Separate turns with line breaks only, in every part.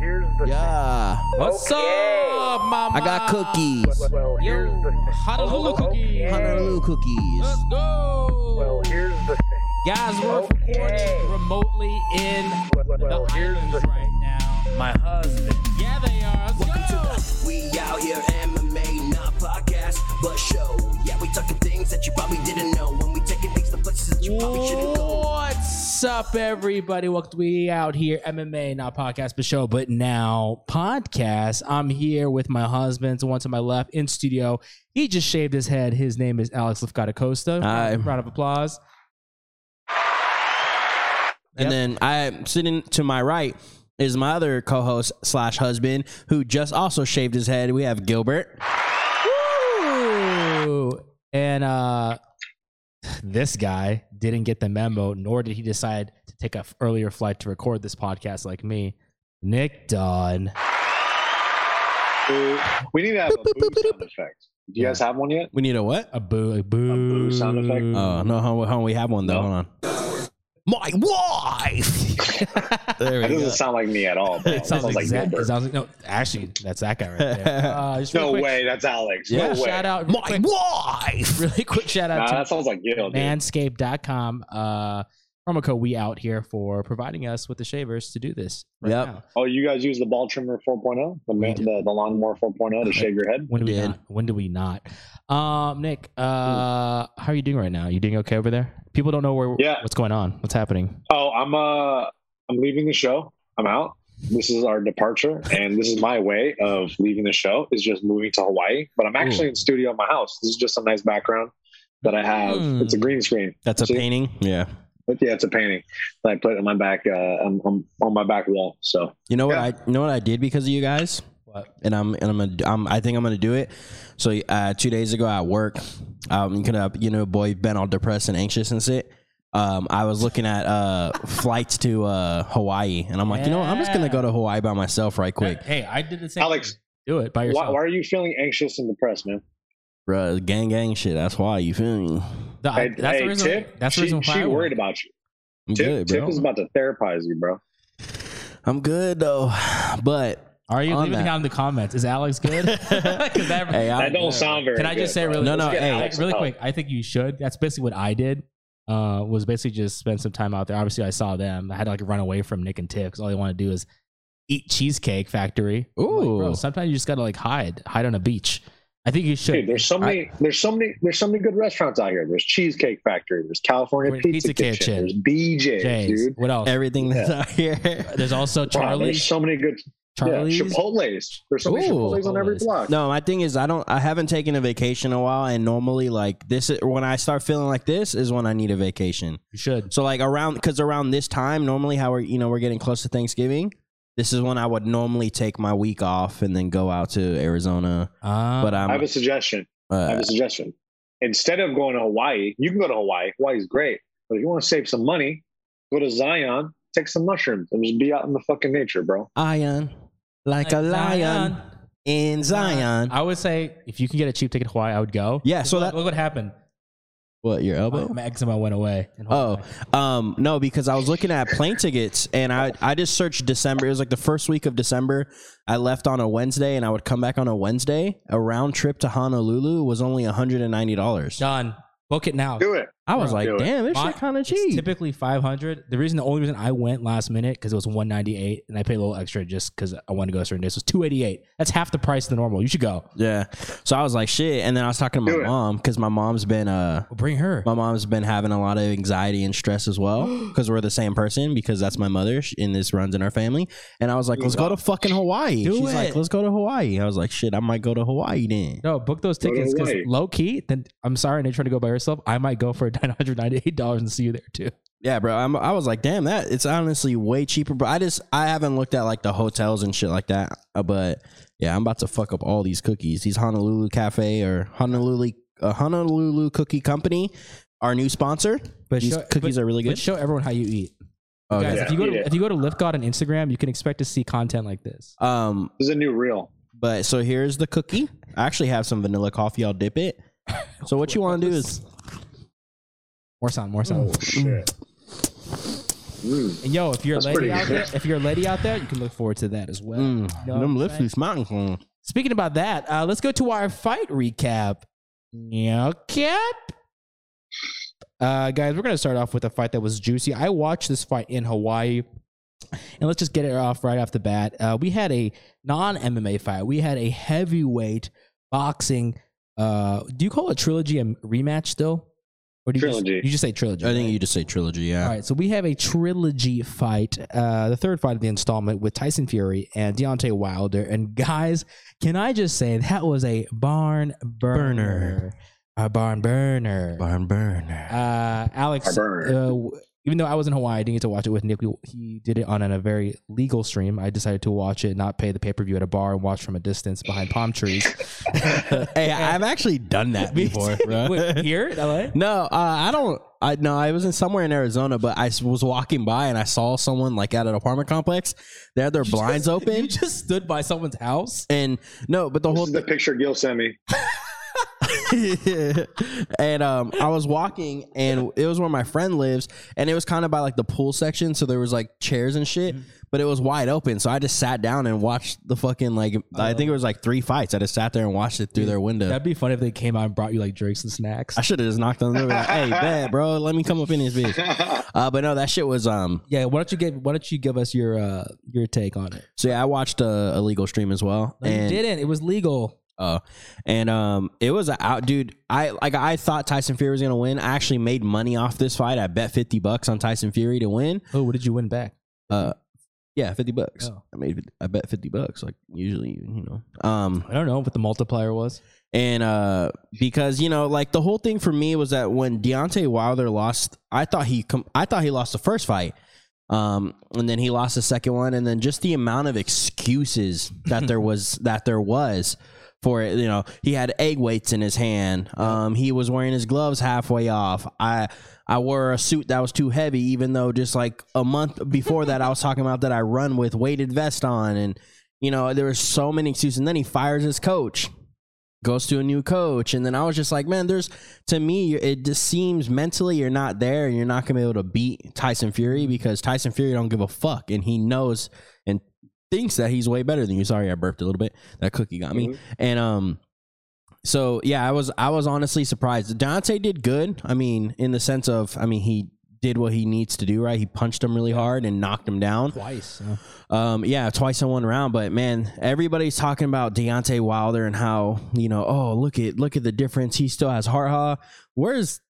here's the thing.
Yeah.
What's
Okay.
up, mama?
I got cookies.
Well, well, here's
Yo,
the thing. Oh,
Honolulu cookie.
Okay.
Honolulu cookies.
Let's go.
Well, here's the thing.
Guys, we're
Okay.
recording remotely in
Well, well, well,
the
here's
islands
the thing.
right now.
My husband.
Yeah, they are. Let's go.
We out here MMA, not podcast, but show. Yeah, we talking things that you probably didn't know. When we taking things to places that you probably shouldn't go.
What's up, everybody? Welcome to We Out Here MMA, not podcast, but show, but now podcast. I'm here with my husband, the one to my left in studio. He just shaved his head. His name is Alex Lefkada Costa.
Hi.
Round of applause.
And
Yep.
then I sitting to my right is my other co-host slash husband who just also shaved his head. We have Gilbert.
Woo! And uh, this guy didn't get the memo, nor did he decide to take a f- earlier flight to record this podcast like me. Nick Dunn.
Boo. We need to have a boo sound effect. Do you guys have one yet?
We need a what?
A boo, a boo, Uh,
boo sound effect.
Oh no, hold on, hold on, we have one though.
No.
Hold on. My wife.
That
there we go.
doesn't sound like me at all. bro. That
Sounds
sounds like
exact-
Gilbert.
sounds like- no, actually, that's that guy right there. Uh, just
No
real quick-
way, that's Alex.
Yeah,
no way.
shout out. Really
My
quick,
wife.
really quick shout
Nah,
out
that
to
sounds like Gil, dude.
manscaped.com. Uh, promo code we out here for providing us with the shavers to do this. Right
Yep.
Now.
Oh, you guys use the ball trimmer 4.0, the, man,
do.
the, the lawnmower 4.0 to shave your head?
When do we
Yeah.
not? When do we not? Um, Nick, uh, how are you doing right now? You doing okay over there? People don't know where
Yeah.
what's going on. What's happening?
Oh, I'm uh, I'm leaving the show. I'm out. This is our departure, and this is my way of leaving the show is just moving to Hawaii. But I'm actually in studio at my house. This is just a nice background that I have.
Mm.
It's a green screen.
That's a
See?
painting. Yeah.
But yeah, it's a painting that I put on my back, uh, on, on- on my back wall. So
You know what
Yeah.
I you know what I did because of you guys?
What?
And I'm and I'm gonna I'm, I think I'm gonna do it. So uh, two days ago at work, um, you could have you know boy been all depressed and anxious and shit. Um, I was looking at uh flights to uh Hawaii, and I'm like, you know, what? I'm just gonna go to Hawaii by myself right quick.
Hey, I did the same.
Alex,
do it by
why,
yourself.
why are you feeling anxious and depressed, man?
Bruh, gang gang shit. That's why you feel me.
The- I-
Hey,
that's
hey,
the reason.
Tip,
that's the
she,
reason why
she
I went.
worried about you.
I'm
Tip,
good, bro.
Tip is about to therapize you, bro.
I'm good though, but
Are you
on
leaving
that.
down in the comments? Is Alex good? 'Cause that-
Hey, I-
That don't sound very.
Can I just
good,
say
bro.
really?
No, no,
let's get
hey.
Alex really quick. I think you should. That's basically what I did. Uh, was basically just spend some time out there. Obviously, I saw them. I had to like run away from Nick and Tiff because all they want to do is eat Cheesecake Factory. I'm like,
Ooh.
bro, sometimes you just gotta like hide, hide on a beach. I think you should.
Dude, there's so many. there's so many. There's so many good restaurants out here. There's Cheesecake Factory. There's California
There's
Pizza,
Pizza
Kitchen.
Kitchen.
There's BJ's,
James,
dude.
what else?
everything that's out here.
there's also
Wow, there's
Charlie's.
so many good. Yeah,
Charlie's.
Chipotle's. There's so many
Ooh.
Chipotle's on every
Chipotle's.
block.
No, my thing is I don't I haven't taken a vacation in a while and normally like this is, when I start feeling like this is when I need a vacation.
you should.
So like around cuz around this time normally how we're you know we're getting close to Thanksgiving, this is when I would normally take my week off and then go out to Arizona.
Uh,
But
I have
I'm
a suggestion. I
uh,
have a suggestion. Instead of going to Hawaii, you can go to Hawaii. Hawaii's great. But if you want to save some money, go to Zion, take some mushrooms, and just be out in the fucking nature, bro.
iron like a lion in Zion.
I would say if you can get a cheap ticket to Hawaii, I would go.
Yeah, so
Look-
that
look what happened.
what your
My,
elbow?
my eczema went away. in
Oh,
Hawaii.
um, no, because I was looking at plane tickets and I, I just searched December. It was like the first week of December. I left on a Wednesday and I would come back on a Wednesday. A round trip to Honolulu was only $190.
done. Book it now.
Do it.
I was
Bro,
like,
do it.
damn, this
My-
shit kind of
It's
cheap.
typically 500. The reason, the only reason I went last minute because it was 198 and I paid a little extra just because I wanted to go a certain day. So it's 288. That's half the price of the normal. You should go.
yeah. So I was like, shit. And then I was talking to my
Do it.
mom because my mom's been, uh,
Well, bring her.
my mom's been having a lot of anxiety and stress as well because we're the same person because that's my mother sh- and this runs in our family. And I was like, let's go to fucking Hawaii.
Do
She's like,
it.
let's go to Hawaii. I was like, shit, I might go to Hawaii then.
No, book those
Go to
tickets because
Hawaii.
low key. Then I'm sorry, Nate, trying to go by yourself. I might go for 998 dollars and see you there too.
Yeah, bro. I'm, I was like, damn, that it's honestly way cheaper. But I just I haven't looked at like the hotels and shit like that. Uh, But yeah, I'm about to fuck up all these cookies. These Honolulu Cafe or Honolulu uh, Honolulu Cookie Company, our new sponsor.
But
these
show-
cookies
but-
are really
But
good.
show everyone how you eat,
Oh,
guys.
yeah.
If you go to
Yeah.
if you go to Lift God on Instagram, you can expect to see content like this.
Um,
This is a new reel.
but so here's the cookie. I actually have some vanilla coffee. I'll dip it. So what you want to do is
Oh, More sound, more sound.
Shit. Mm.
And yo, if you're a
That's
lady
pretty
out there,
good.
if you're a lady out there, you can look forward to that as well.
Mm,
You know what
them
I'm
lips
saying?
be smiling. mm.
Speaking about that, uh, let's go to our fight recap. Yeah, cap. Uh, guys, we're gonna start off with a fight that was juicy. I watched this fight in Hawaii, and let's just get it off right off the bat. Uh, we had a non MMA fight. We had a heavyweight boxing. Uh, do you call it trilogy a rematch still, or do you
Trilogy.
Just, you just say trilogy.
I
right?
think you just say trilogy. Yeah.
All right, so we have a trilogy fight, uh, the third fight of the installment with Tyson Fury and Deontay Wilder. And guys, can I just say that was a barn burner,
Burner.
a barn burner.
Barn burner.
Uh, Alex,
A
uh,
burner.
w- even though I was in Hawaii, I didn't get to watch it with Nick. We- He did it on a very legal stream. I decided to watch it, not pay the pay per view at a bar, and watch from a distance behind palm trees.
Hey, I've actually done that
Me
before,
too.
bro.
Wait, here in LA?
No, uh, I don't. I no, I was in somewhere in Arizona, but I s- was walking by and I saw someone like at an apartment complex. They had their blinds
You
open,
just stood by someone's house.
and no, but the
This
whole
is the
thing.
picture Gil sent me.
and um, I was walking, and it was where my friend lives, and it was kind of by like the pool section, so there was like chairs and shit,
Mm-hmm.
but it was wide open. So I just sat down and watched the fucking like. I
Oh.
think it was like three fights. I just sat there and watched it through their window.
That'd be funny if they came out and brought you like drinks and snacks.
I should have just knocked on the door. Like, hey, bad bro, let me come up in this bitch. Uh, but no, that shit was um.
Yeah, why don't you give why don't you give us your uh your take on it?
So yeah, I watched a, a legal stream as well,
No,
and
you didn't. It was legal.
uh, and um, it was a out, dude. I like I thought Tyson Fury was gonna win. I actually made money off this fight. I bet fifty bucks on Tyson Fury to win.
Oh, what did you win back?
Uh, yeah, fifty bucks.
Oh.
I made I bet fifty bucks. Like usually, you know. Um,
I don't know what the multiplier was.
and uh, because you know, like the whole thing for me was that when Deontay Wilder lost, I thought he com- I thought he lost the first fight, um, and then he lost the second one, and then just the amount of excuses that there was that there was for it. You know, he had egg weights in his hand. Um, he was wearing his gloves halfway off. I I wore a suit that was too heavy, even though just like a month before that, I was talking about that I run with weighted vest on, and you know there was so many excuses. And then he fires his coach goes to a new coach and then i was just like man there's to me it just seems mentally you're not there and you're not going to be able to beat tyson fury because tyson fury don't give a fuck and he knows and thinks that he's way better than you sorry i burped a little bit that cookie got me
Mhm.
and um so yeah i was i was honestly surprised dante did good i mean in the sense of i mean he did what he needs to do right he punched him really hard and knocked him down
Twice.
um, yeah, twice in one round. But man, everybody's talking about Deontay Wilder and how you know, oh look at look at the difference. He still has heart. Ha. Where's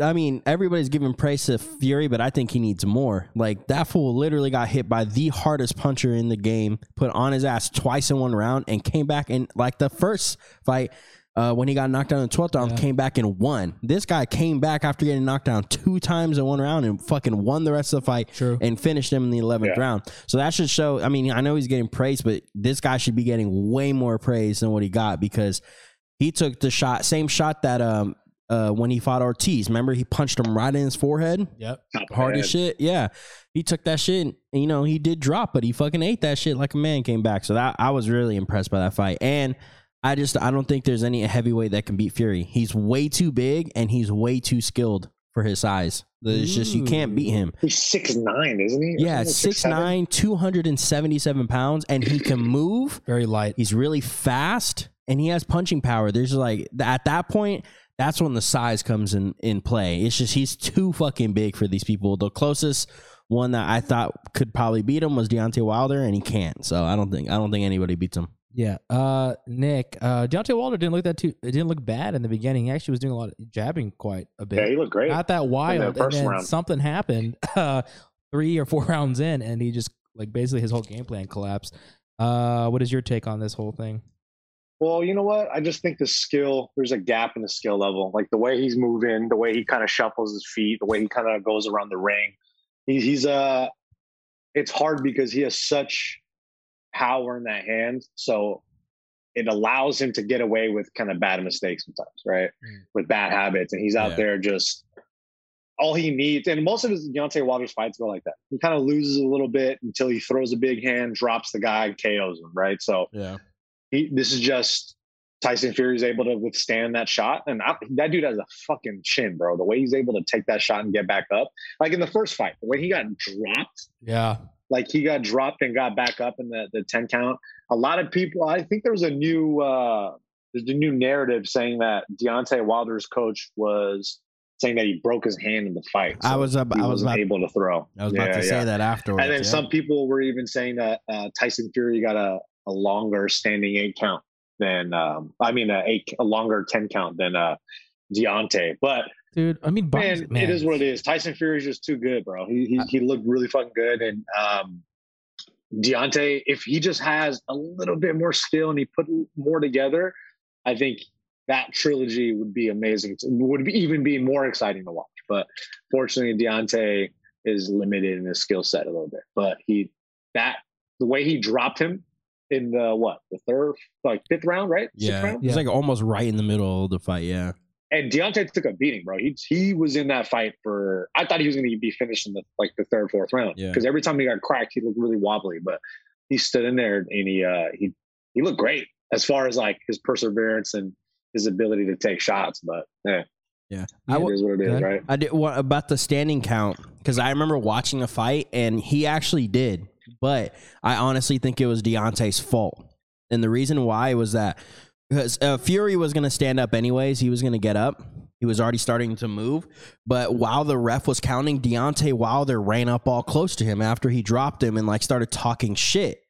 I mean, everybody's giving praise to Fury, but I think he needs more. Like that fool literally got hit by the hardest puncher in the game, put on his ass twice in one round, and came back and like the first fight. Uh, when he got knocked down in the 12th round,
Yeah.
came back and won. This guy came back after getting knocked down two times in one round and fucking won the rest of the fight
True.
and finished him in the 11th
Yeah.
round. So that should show. I mean, I know he's getting praise, but this guy should be getting way more praise than what he got because he took the shot, same shot that um uh when he fought Ortiz. Remember, he punched him right in his forehead,
Yep.
hard as shit. Yeah, he took that shit. And, you know, he did drop, but he fucking ate that shit like a man. Came back. So that I was really impressed by that fight and. I just I don't think there's any heavyweight that can beat Fury. He's way too big and he's way too skilled for his size. It's just you can't beat him.
He's six nine, isn't he?
Yeah,
Isn't he
six
6'7"?
nine, two hundred and seventy seven pounds, and he can move.
Very light.
He's really fast, and he has punching power. There's like at that point, that's when the size comes in in play. It's just he's too fucking big for these people. The closest one that I thought could probably beat him was Deontay Wilder, and he can't. So I don't think I don't think anybody beats him.
Yeah. Uh Nick, uh Deontay Wilder didn't look that too it didn't look bad in the beginning. He actually was doing a lot of jabbing quite a bit.
Yeah, he looked great.
Not that wild. and
first
then
round.
something happened uh three or four rounds in and he just like basically his whole game plan collapsed. Uh what is your take on this whole thing?
Well, you know what? I just think the skill, there's a gap in the skill level. Like the way he's moving, the way he kind of shuffles his feet, the way he kind of goes around the ring. He, he's uh it's hard because he has such power in that hand. So it allows him to get away with kind of bad mistakes sometimes, right?
Mm.
With bad habits. And he's out
Yeah.
there just all he needs. And most of his Deontay Wilder's fights go like that. He kind of loses a little bit until he throws a big hand, drops the guy, and KOs him, right? So
Yeah,
he, this is just Tyson Fury's able to withstand that shot, and I, that dude has a fucking chin, bro. The way he's able to take that shot and get back up, like in the first fight, when he got dropped,
Yeah.
like he got dropped and got back up in the, the 10 count. A lot of people, I think there was a new, uh, there's a new narrative saying that Deontay Wilder's coach was saying that he broke his hand in the fight.
I
so
was ab-
he
I was
wasn't
about
able to throw.
I was about
Yeah,
to say
yeah.
that afterwards.
And then
yeah.
some people were even saying that uh, Tyson Fury got a, a longer standing eight count than, um, I mean, a, eight, a longer 10 count than uh, Deontay. But
Dude, I mean,
man,
box- man.
it is what it is. Tyson Fury's just too good, bro. He he, he looked really fucking good, and um, Deontay, if he just has a little bit more skill and he put more together, I think that trilogy would be amazing. to- would be, even be more exciting to watch. But fortunately, Deontay is limited in his skill set a little bit. But he that the way he dropped him in the what the third like fifth round, right? Sixth
yeah,
round?
it's like almost right in the middle of the fight. Yeah,
and Deontay took a beating, bro. He he was in that fight for. I thought he was going to be finished in the like the third, fourth round
Yeah.
because every time he got cracked, he looked really wobbly. But he stood in there and he uh, he he looked great as far as like his perseverance and his ability to take shots. But yeah,
yeah.
it
I
is
w-
what it is,
Okay.
right?
I did what about the standing count because I remember watching a fight and he actually did, but I honestly think it was Deontay's fault, and the reason why was that because uh, Fury was gonna stand up anyways, he was gonna get up, he was already starting to move, but while the ref was counting, Deontay Wilder ran up all close to him after he dropped him and like started talking shit.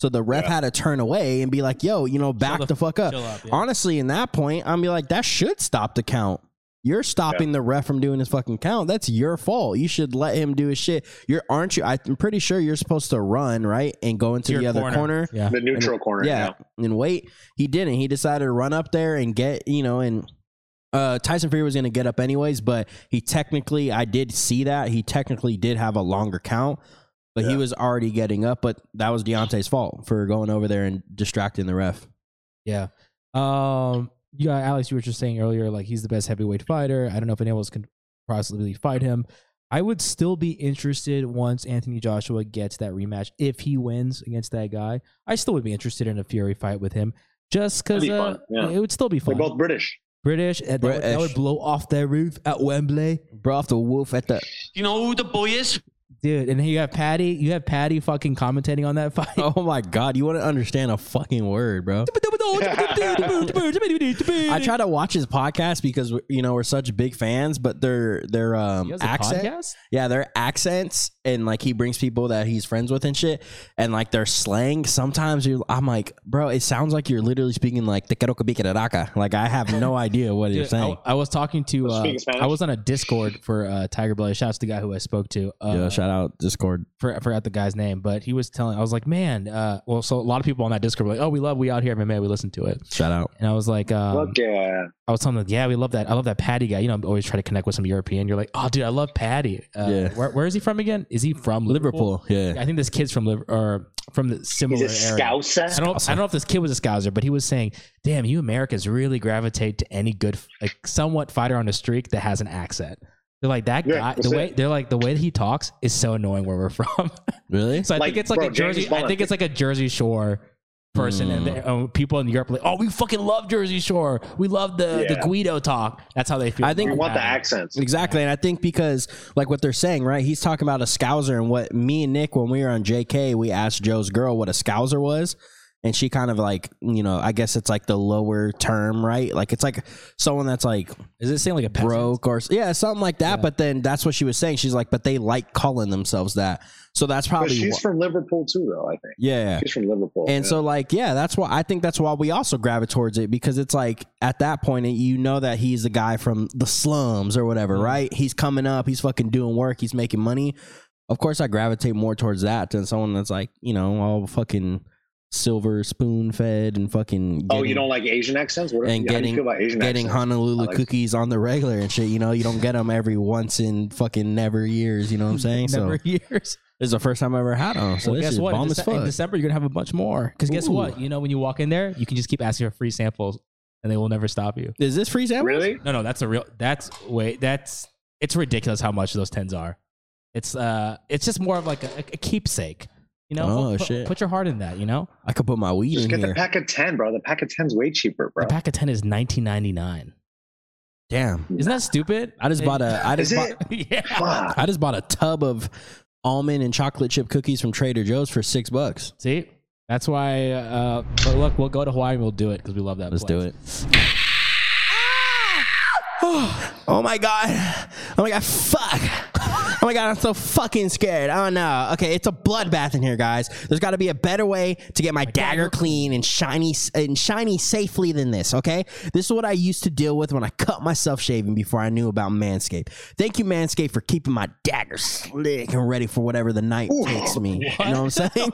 So the ref
Yeah.
had to turn away and be like, "Yo, you know, back
the
the, fuck up."
Chill up, yeah.
honestly, in that point, I'm be like, that should stop the count. You're stopping the ref from doing his fucking count. That's your fault. You should let him do his shit. You're aren't you? I'm pretty sure you're supposed to run right and go into
Your
the other corner.
Yeah.
The neutral corner.
Yeah, and wait, he didn't. He decided to run up there and get you know and. Uh, Tyson Fury was going to get up anyways, but he technically, I did see that he technically did have a longer count, but he
Yeah.
was already getting up. But that was Deontay's fault for going over there and distracting the ref.
Yeah. Um, you got Alex, you were just saying earlier, like he's the best heavyweight fighter. I don't know if anyone else can possibly fight him. I would still be interested once Anthony Joshua gets that rematch. If he wins against that guy, I still would be interested in a Fury fight with him just because
That'd be
uh,
fun, yeah.
it would still be
They're
fun.
both British.
British, and that would- That, would,
British.
blow off their roof at Wembley.
Bro, off the wolf at the
You know who the boy is?
Dude, and you have Patty, you have Patty fucking commentating on that fight.
Oh my god, you wouldn't understand a fucking word, bro. I
I
try to watch his podcast because you know we're such big fans, but their their um accent, yeah, their accents, and like he brings people that he's friends with and shit, and like their slang. Sometimes you, I'm like, bro, it sounds like you're literally speaking like the Karaka. Like I have no idea what you're
Dude, I,
saying.
I was talking to. Uh,
Speaking Spanish?
I was on a Discord for uh, Tiger Belly. Shouts to the guy who I spoke to. Uh,
Yo, shout out Discord.
for, I forgot the guy's name, but he was telling. I was like, man. Uh, well, so a lot of people on that Discord were like, oh, we love we out here MMA. We listen to it,
Shout out.
and I was like, um,
Look, uh, yeah,
I was telling them, yeah, we love that. I love that Patty guy. You know, I'm always trying to connect with some European. You're like, oh, dude, I love Patty. Uh,
Yeah.
where, where is he from again? Is he from
Liverpool. Yeah.
I think this kid's from Liver- or from the
he's
similar
a
area.
Scouser.
I don't, I don't know if this kid was a scouser, but he was saying, "Damn, you Americans really gravitate to any good, like somewhat fighter on a streak that has an accent." They're like that
Yeah,
guy.
that's
The way
it.
they're like the way that he talks is so annoying where we're from.
Really?
so I
Like,
think it's like
bro,
a Jersey.
James Bond.
I think it's like a Jersey Shore person,
Mm.
and they- oh, people in Europe are like, "Oh, we fucking love Jersey Shore. We love the the
Yeah.
Guido talk." That's how they feel.
I think-
We
about
want the
Patty.
accents.
Exactly. And I think because like what they're saying, right? He's talking about a scouser and what me and Nick, when we were on JK, we asked Joe's girl what a scouser was. And she kind of like, you know, I guess it's like the lower term, right? Like it's like someone that's like
Is it saying like a peasant?
broke or yeah, something like that. But then that's what she was saying. She's like, but they like calling themselves that. So that's
But
probably
she's
wh-
from Liverpool too, though. I think
yeah.
she's from Liverpool.
And
yeah.
so, like, yeah, that's why I think that's why we also gravitate towards it because it's like at that point, you know that he's the guy from the slums or whatever,
Mm-hmm.
right? He's coming up, he's fucking doing work, he's making money. Of course, I gravitate more towards that than someone that's like, you know, all fucking silver spoon fed and fucking
oh, you don't like Asian accents? What
and
how do you
getting-
feel about Asian
getting
accents?
Honolulu
like-
cookies on the regular and shit. You know, you don't get them every once in fucking never years. You know what I'm saying? so
Never
this
years.
is the first time I ever had them. So
well,
this
guess
is
what? In,
bomb as
Dece- in
fuck.
December, you're gonna have a bunch more. Because guess
Ooh.
what? You know, when you walk in there, you can just keep asking for free samples, and they will never stop you.
Is this free samples?
Really?
No, no, that's a real. That's wait, that's it's ridiculous how much those tens are. It's uh, it's just more of like a, a keepsake. You know,
Oh,
put,
shit.
put your heart in that. You know,
I could put my weed
Just
in
get
here.
the pack of ten, bro. The pack of ten's way cheaper, bro.
the pack of ten is nineteen ninety nine.
Damn.
Isn't that stupid?
I just bought a I
Is
just bought,
it?
yeah.
Fuck.
I just bought a tub of almond and chocolate chip cookies from Trader Joe's for six bucks.
See, that's why. Uh, but look, we'll go to Hawaii and we'll do it because we love that.
Let's
place.
do it. oh my god. Oh my god, fuck. Oh my god, I'm so fucking scared. Oh no. Okay, it's a bloodbath in here, guys. There's got to be a better way to get my dagger clean and shiny and shiny safely than this, okay? This is what I used to deal with when I cut myself shaving before I knew about Manscaped. Thank you Manscaped for keeping my dagger slick and ready for whatever the night takes me. You know
Oh,
what I'm saying?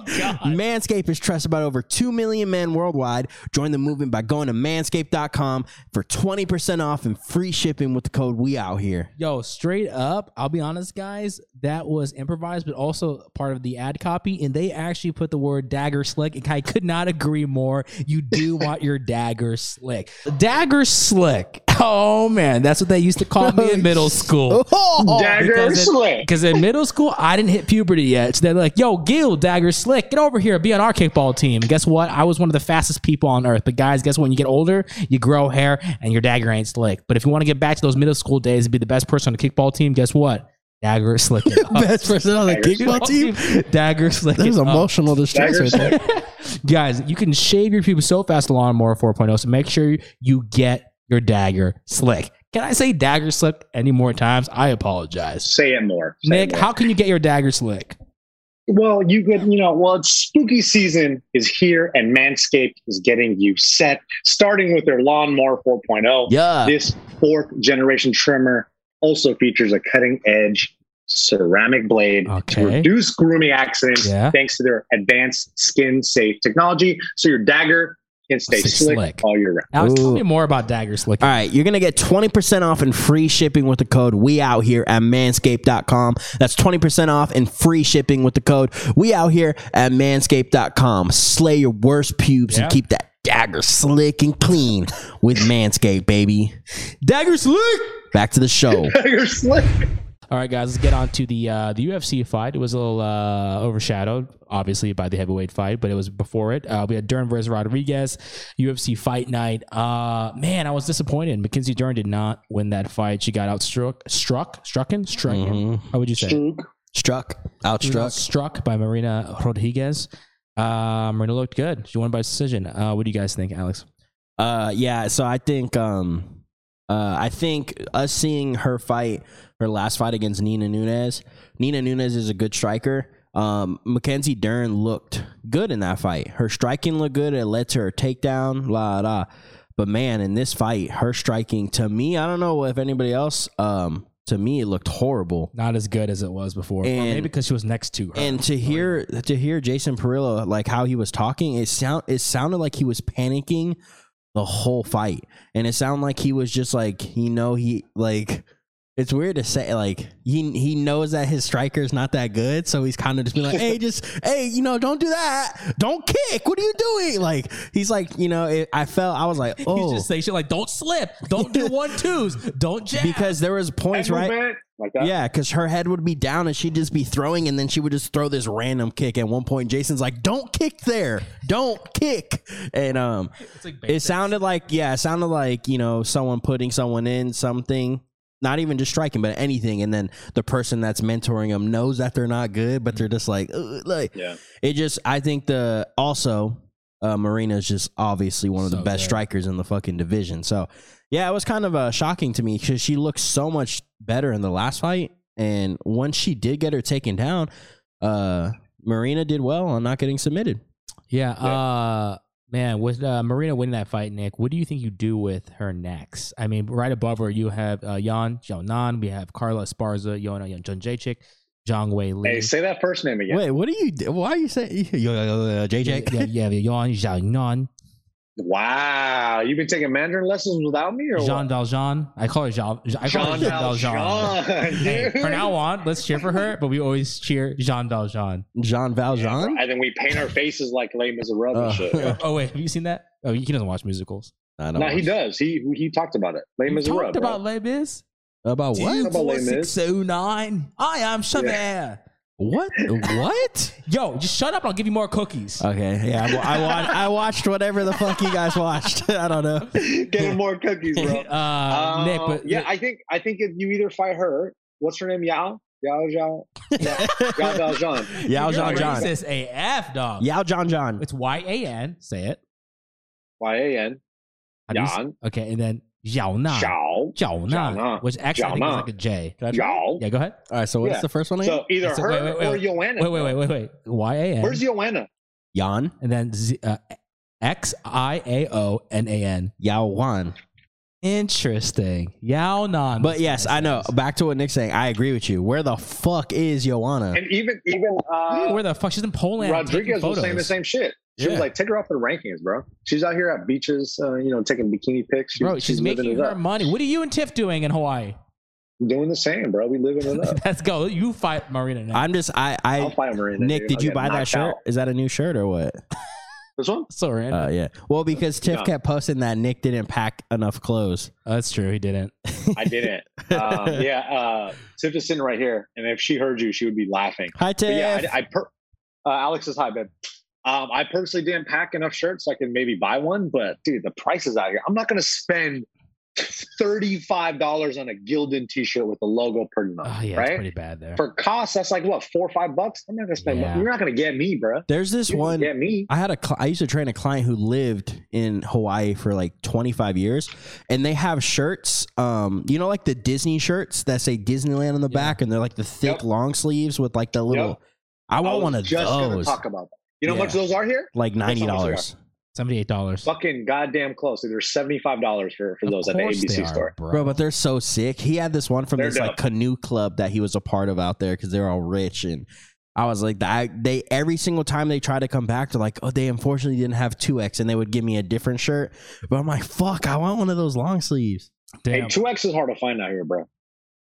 Manscaped is trusted by over 2 million men worldwide. Join the movement by going to manscaped.com for 20% off and free shipping with the code we out here.
Yo, straight up, I'll be honest, guys. That was improvised, but also part of the ad copy, and they actually put the word dagger slick. And I could not agree more. You do want your dagger slick, dagger slick. Oh man, that's what they used to call me in middle
oh,
school.
Dagger
because Oh, it-
slick.
Because in middle school, I didn't hit puberty yet. So they're like, yo, Gil, Dagger Slick, get over here, be on our kickball team. And guess what? I was one of the fastest people on earth. But guys, guess what? When you get older, you grow hair and your dagger ain't slick. But if you want to get back to those middle school days and be the best person on the kickball team, guess what? Dagger is slick. it up.
Best person on the kickball team.
Dagger slick.
That was
it up.
emotional distress
Dagger
right there.
slick.
Guys, you can shave your pubes so fast with Lawnmower 4.0. So make sure you get your dagger slick. Can I say dagger slick any more times? I apologize.
Say it more. Say it
Nick,
more.
how can you get your dagger slick?
Well, you could, you know, well, it's spooky season is here and Manscaped is getting you set, starting with their Lawnmower 4.0.
Yeah.
This fourth generation trimmer also features a cutting edge ceramic blade to
Okay.
reduce grooming accidents
Yeah.
thanks to their advanced skin safe technology. So your dagger can stay
Stay
slick,
slick.
all year round.
Alex, tell
Ooh.
me more about dagger slick.
All right, you're going to get 20% off and free shipping with the code we out here at manscaped.com. That's 20% off and free shipping with the code we out here at manscaped.com. Slay your worst pubes
Yeah.
and keep that dagger slick and clean with Manscaped, baby.
Dagger slick.
Back to the show.
Dagger slick.
All right, guys, let's get on to the uh, the UFC fight. It was a little uh, overshadowed, obviously, by the heavyweight fight, but it was before it. Uh, we had Dern versus Rodriguez, UFC fight night. Uh, man, I was disappointed. Mackenzie Dern did not win that fight. She got outstruck, struck, strucken, strucken.
Mm-hmm.
How would you say?
Struck,
She was
outstruck.
struck by Marina Rodriguez. Uh, Marina looked good. She won by decision. Uh, what do you guys think, Alex?
Uh, yeah. So I think, um, uh, I think us seeing her fight, her last fight against Nina Nunez. Nina Nunez is a good striker. Um, Mackenzie Dern looked good in that fight. Her striking looked good. It led to her takedown. La la. But man, in this fight, her striking to me, I don't know if anybody else. Um, to me, it looked horrible.
Not as good as it was before. Or
And-
maybe because she was next to her.
And to hear to hear Jason Perillo like how he was talking, it sound it sounded like he was panicking the whole fight, and it sounded like he was just like you know he like it's weird to say like he he knows that his striker's not that good, so he's kind of just being like, hey, just hey, you know, don't do that, don't kick, what are you doing? Like he's like you know, it, I felt I was like
You
oh
just say shit like, "Don't slip, don't do one twos, don't jab."
because there was points right.
Like uh, that.
Yeah, because her head would be down and she'd just be throwing, and then she would just throw this random kick. At one point, Jason's like, "Don't kick there, don't kick," and um,
it's like
it sounded like yeah, it sounded like you know someone putting someone in something, not even just striking, but anything, and then the person that's mentoring them knows that they're not good, but they're just like, "Ugh," like
Yeah.
it just. I think the also. Uh, Marina is just obviously one of
So
the best
good.
strikers in the fucking division. So, yeah, it was kind of uh, shocking to me because she looked so much better in the last fight, and once she did get her taken down, uh, Marina did well on not getting submitted.
yeah. Uh, man, with uh, Marina winning that fight, Nick, what do you think you do with her next? I mean, right above her, you have uh, Jan Jonan, we have Carla Esparza, Yona Jonjacek, Zhang Wei Li.
Hey, say that first name again.
Wait, what are you? Why are you saying
yeah,
JJ?
yeah, yeah, Yan Zhangnan,
Wow. You've been taking Mandarin lessons without me or what?
Jean Valjean. I call her Jean. I call her
Jean
Jean Valjean.
Valjean,
Hey,
dude.
from now on, let's cheer for her, but we always cheer Jean Valjean.
Jean Valjean?
And then we paint our faces like Les Miserables
Oh.
and shit. yeah.
Oh wait, have you seen that? Oh, he doesn't watch musicals.
I
No, he does. He he talked about it. Les
You
Miserables.
talked
bro.
about Les Mis?
About what?
About Les Mis.
24609. I am Shabir.
What? What? Uh,
Yo, just shut up. and I'll give you more cookies.
Okay, yeah, I, wa- I, wa- I watched whatever the fuck you guys watched. I don't know.
Getting more cookies, bro.
Uh,
Uh,
Nick, but
yeah, I think I think if you either fight her, what's her name? Yao, Yao, Yao, Yao, Yao, John.
Yao John
You're
John.
Racist AF dog.
Yao John John.
It's Y A N. Say it.
Y A N.
How do you s-
Yan.
Okay, and then Yao Na.
Xiao.
Jiao Na,
Na.
which actually I think is
Jiao
like a J. Can I try?
Yao.
Yeah, go ahead.
All right, so what's
Yeah.
the first one again?
So either
So
her
wait, wait, wait,
or
wait.
Joanna.
Wait, wait, wait, wait, wait. Y A N.
Where's Joanna?
Yan
and then Z, uh, X I A O N A N.
Yao Wan.
Interesting. Yao Nan.
But yes, I know. Back to what Nick's saying. I agree with you. Where the fuck is Joanna?
And even even uh,
Where the fuck? She's in Poland.
Rodriguez
taking
was saying the
photos.
same shit. She was
Yeah.
like, take her off the rankings, bro. She's out here at beaches, uh, you know, taking bikini pics. She-
Bro, she's,
living
making
it
her
up.
money. What are you and Tiff doing in Hawaii?
doing the same, bro. We living it up.
Let's go. You fight Marina now.
I'm just I
I'll
I
fight Marina. dude.
Nick, did
I'll
you
get
buy that
knocked
shirt?
out.
Is that a new shirt or what?
This one?
so random.
Uh, yeah. Well, because Tiff
No.
kept posting that Nick didn't pack enough clothes.
Oh, that's true. He didn't.
I didn't. um, yeah, uh, Tiff is sitting right here, and if she heard you, she would be laughing.
Hi Tiff.
But yeah, I, I per- uh, Alex is hi, babe. Um, I personally didn't pack enough shirts. So I can maybe buy one, but dude, the prices out here. I'm not going to spend thirty-five dollars on a Gildan T-shirt with the logo printed on,
Oh,
it,
yeah, it's
right?
pretty bad there.
For cost, that's like what four or five bucks. I'm not going to spend.
Yeah.
You're not going to get me, bro.
There's this
You're not
one.
gonna get me.
I had a cl- I used to train a client who lived in Hawaii for like 25 years and they have shirts um you know like the Disney shirts that say Disneyland on the
Yeah.
back and they're like the thick
Yep.
long sleeves with like the little
Yep.
I
I
want
was
one of
just gonna
those
talk about that. You know how much
Yeah.
those are here?
like
much they
$90
Seventy-eight dollars.
Fucking goddamn close. They're seventy-five dollars for for those at the ABC store.
bro but they're so sick he had this one from
They're
this like
dope.
canoe club that he was a part of out there cuz they're all rich and I was like I, they every single time they try to come back they're like oh they unfortunately didn't have 2x and they would give me a different shirt but I'm like fuck I want one of those long sleeves
Hey,
Damn.
two X is hard to find out here, bro.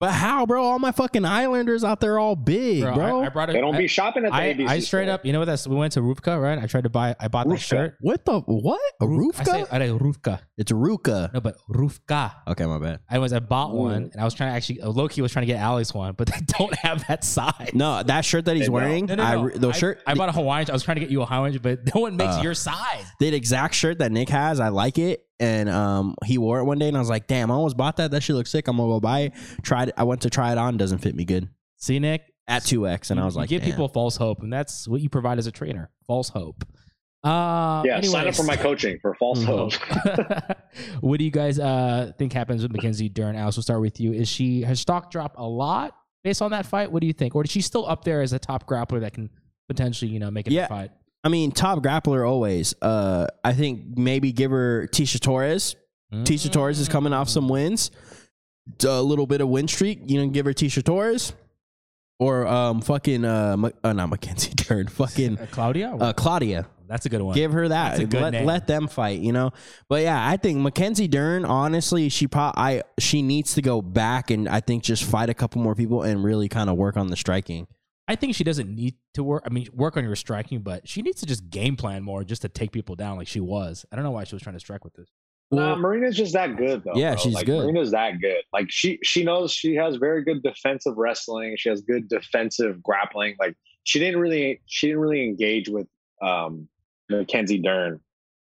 But how, bro? All my fucking Islanders out there all big, bro.
Bro, I, I brought it.
They don't
I-
be shopping at the
I,
ABC.
I straight
store.
up, you know what? That's we went to Rufka, right? I tried to buy. I bought that
Rufka.
shirt.
what the what? A
I say,
Rufka?
I like Rufka.
It's Ruka.
No, but Rufka.
Okay, my bad.
I was. I bought
Ooh.
one, and I was trying to actually. Uh, Loki was trying to get Alex one, but they don't have that size.
No, that shirt that he's
Hey, bro.
wearing,
No, no,
I
no.
re- the
I-
shirt,
I, bought a Hawaiian. I was trying to get you a Hawaiian, but no one makes
Uh.
your size.
the exact shirt that Nick has, I like it. And um, he wore it one day, and I was like, damn, I almost bought that. That shit looks sick. I'm gonna go buy it. Tried, I went to try it on, doesn't fit me good
See, Nick,
at two X, and
you-
I was
you
like,
give
damn.
people false hope, and that's what you provide as a trainer: false hope. Uh,
Yeah, sign up for my
anyways. Mm-hmm.
coaching for false
Oh,
hope.
what do you guys uh, think happens with Mackenzie Dern? Alice, we'll start with you. Is she her stock drop a lot based on that fight? What do you think, or is she still up there as a top grappler that can potentially you know make it
Yeah.
a fight?
I mean, top grappler always. Uh, I think maybe give her Tisha Torres.
Mm-hmm.
Tisha Torres is coming off some wins, It's a little bit of win streak. You know, give her Tisha Torres or um fucking uh, Ma- uh not Mackenzie Dern, fucking
Uh, Claudia.
uh Claudia.
That's a good one.
Give her that.
That's a good
let
name.
let them fight. You know, but yeah, I think Mackenzie Dern. Honestly, she pro- I she needs to go back and I think just fight a couple more people and really kind of work on the striking.
I think she doesn't need to work. I mean, work on your striking, but she needs to just game plan more, just to take people down like she was. I don't know why she was trying to strike with this.
nah, Marina's just that good though.
Yeah,
bro.
she's
Like,
good.
Marina's that good. Like she she knows she has very good defensive wrestling. She has good defensive grappling. Like she didn't really she didn't really engage with um Mackenzie Dern.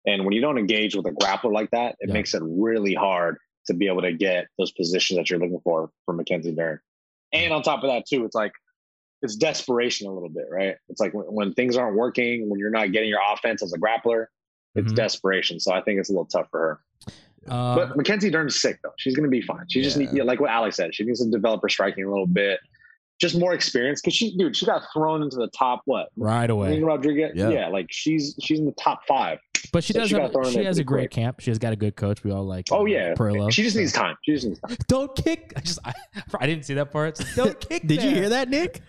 And when you don't engage with a grappler like that, it
Yeah.
makes it really hard to be able to get those positions that you're looking for from Mackenzie Dern. And on top of that too, it's like it's desperation a little bit, right? It's like when, when things aren't working, when you're not getting your offense as a grappler, it's
Mm-hmm.
Mhm.
desperation. So I think it's a little tough for her.
Um,
But Mackenzie Dern's sick though. She's gonna be fine. She just
Yeah.
need, yeah, like what Alex said. She needs to develop her striking a little bit, just more experience. Cause she, dude, she got thrown into the top what?
right away,
Lena Rodriguez.
Yeah.
Yeah. like she's she's in the top five.
but she
So
does.
she got
have,
thrown in
she
there
has a
pretty
great
quick.
camp. She has got a good coach. We all like.
Oh
um,
yeah,
Perlo.
she just needs time. She just needs time.
don't kick. I just I, I didn't see that part. It's like, don't kick.
Did you
there.
hear that, Nick?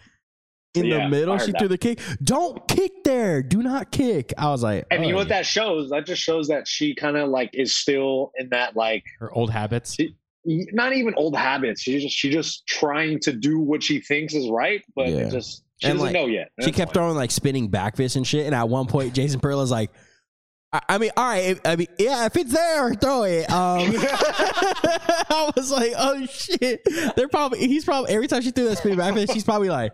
In
Yeah,
the middle,
I
she
heard
threw the kick. Don't kick there. Do not kick. I was like,
And
oh,
you know what
yeah.
that shows? That just shows that she kind of like is still in that like
Her old habits.
She- not even old habits. She's just she's just trying to do what she thinks is right, but
Yeah.
it just she
And,
doesn't
like,
know yet.
She kept throwing like spinning back fists and shit. And at one point, Jason Perla's like, I, I mean, all right. If, I mean, yeah, if it's there, throw it. Um, I was like, oh shit. They're probably, he's probably, every time she threw that spinning back fist, she's probably like,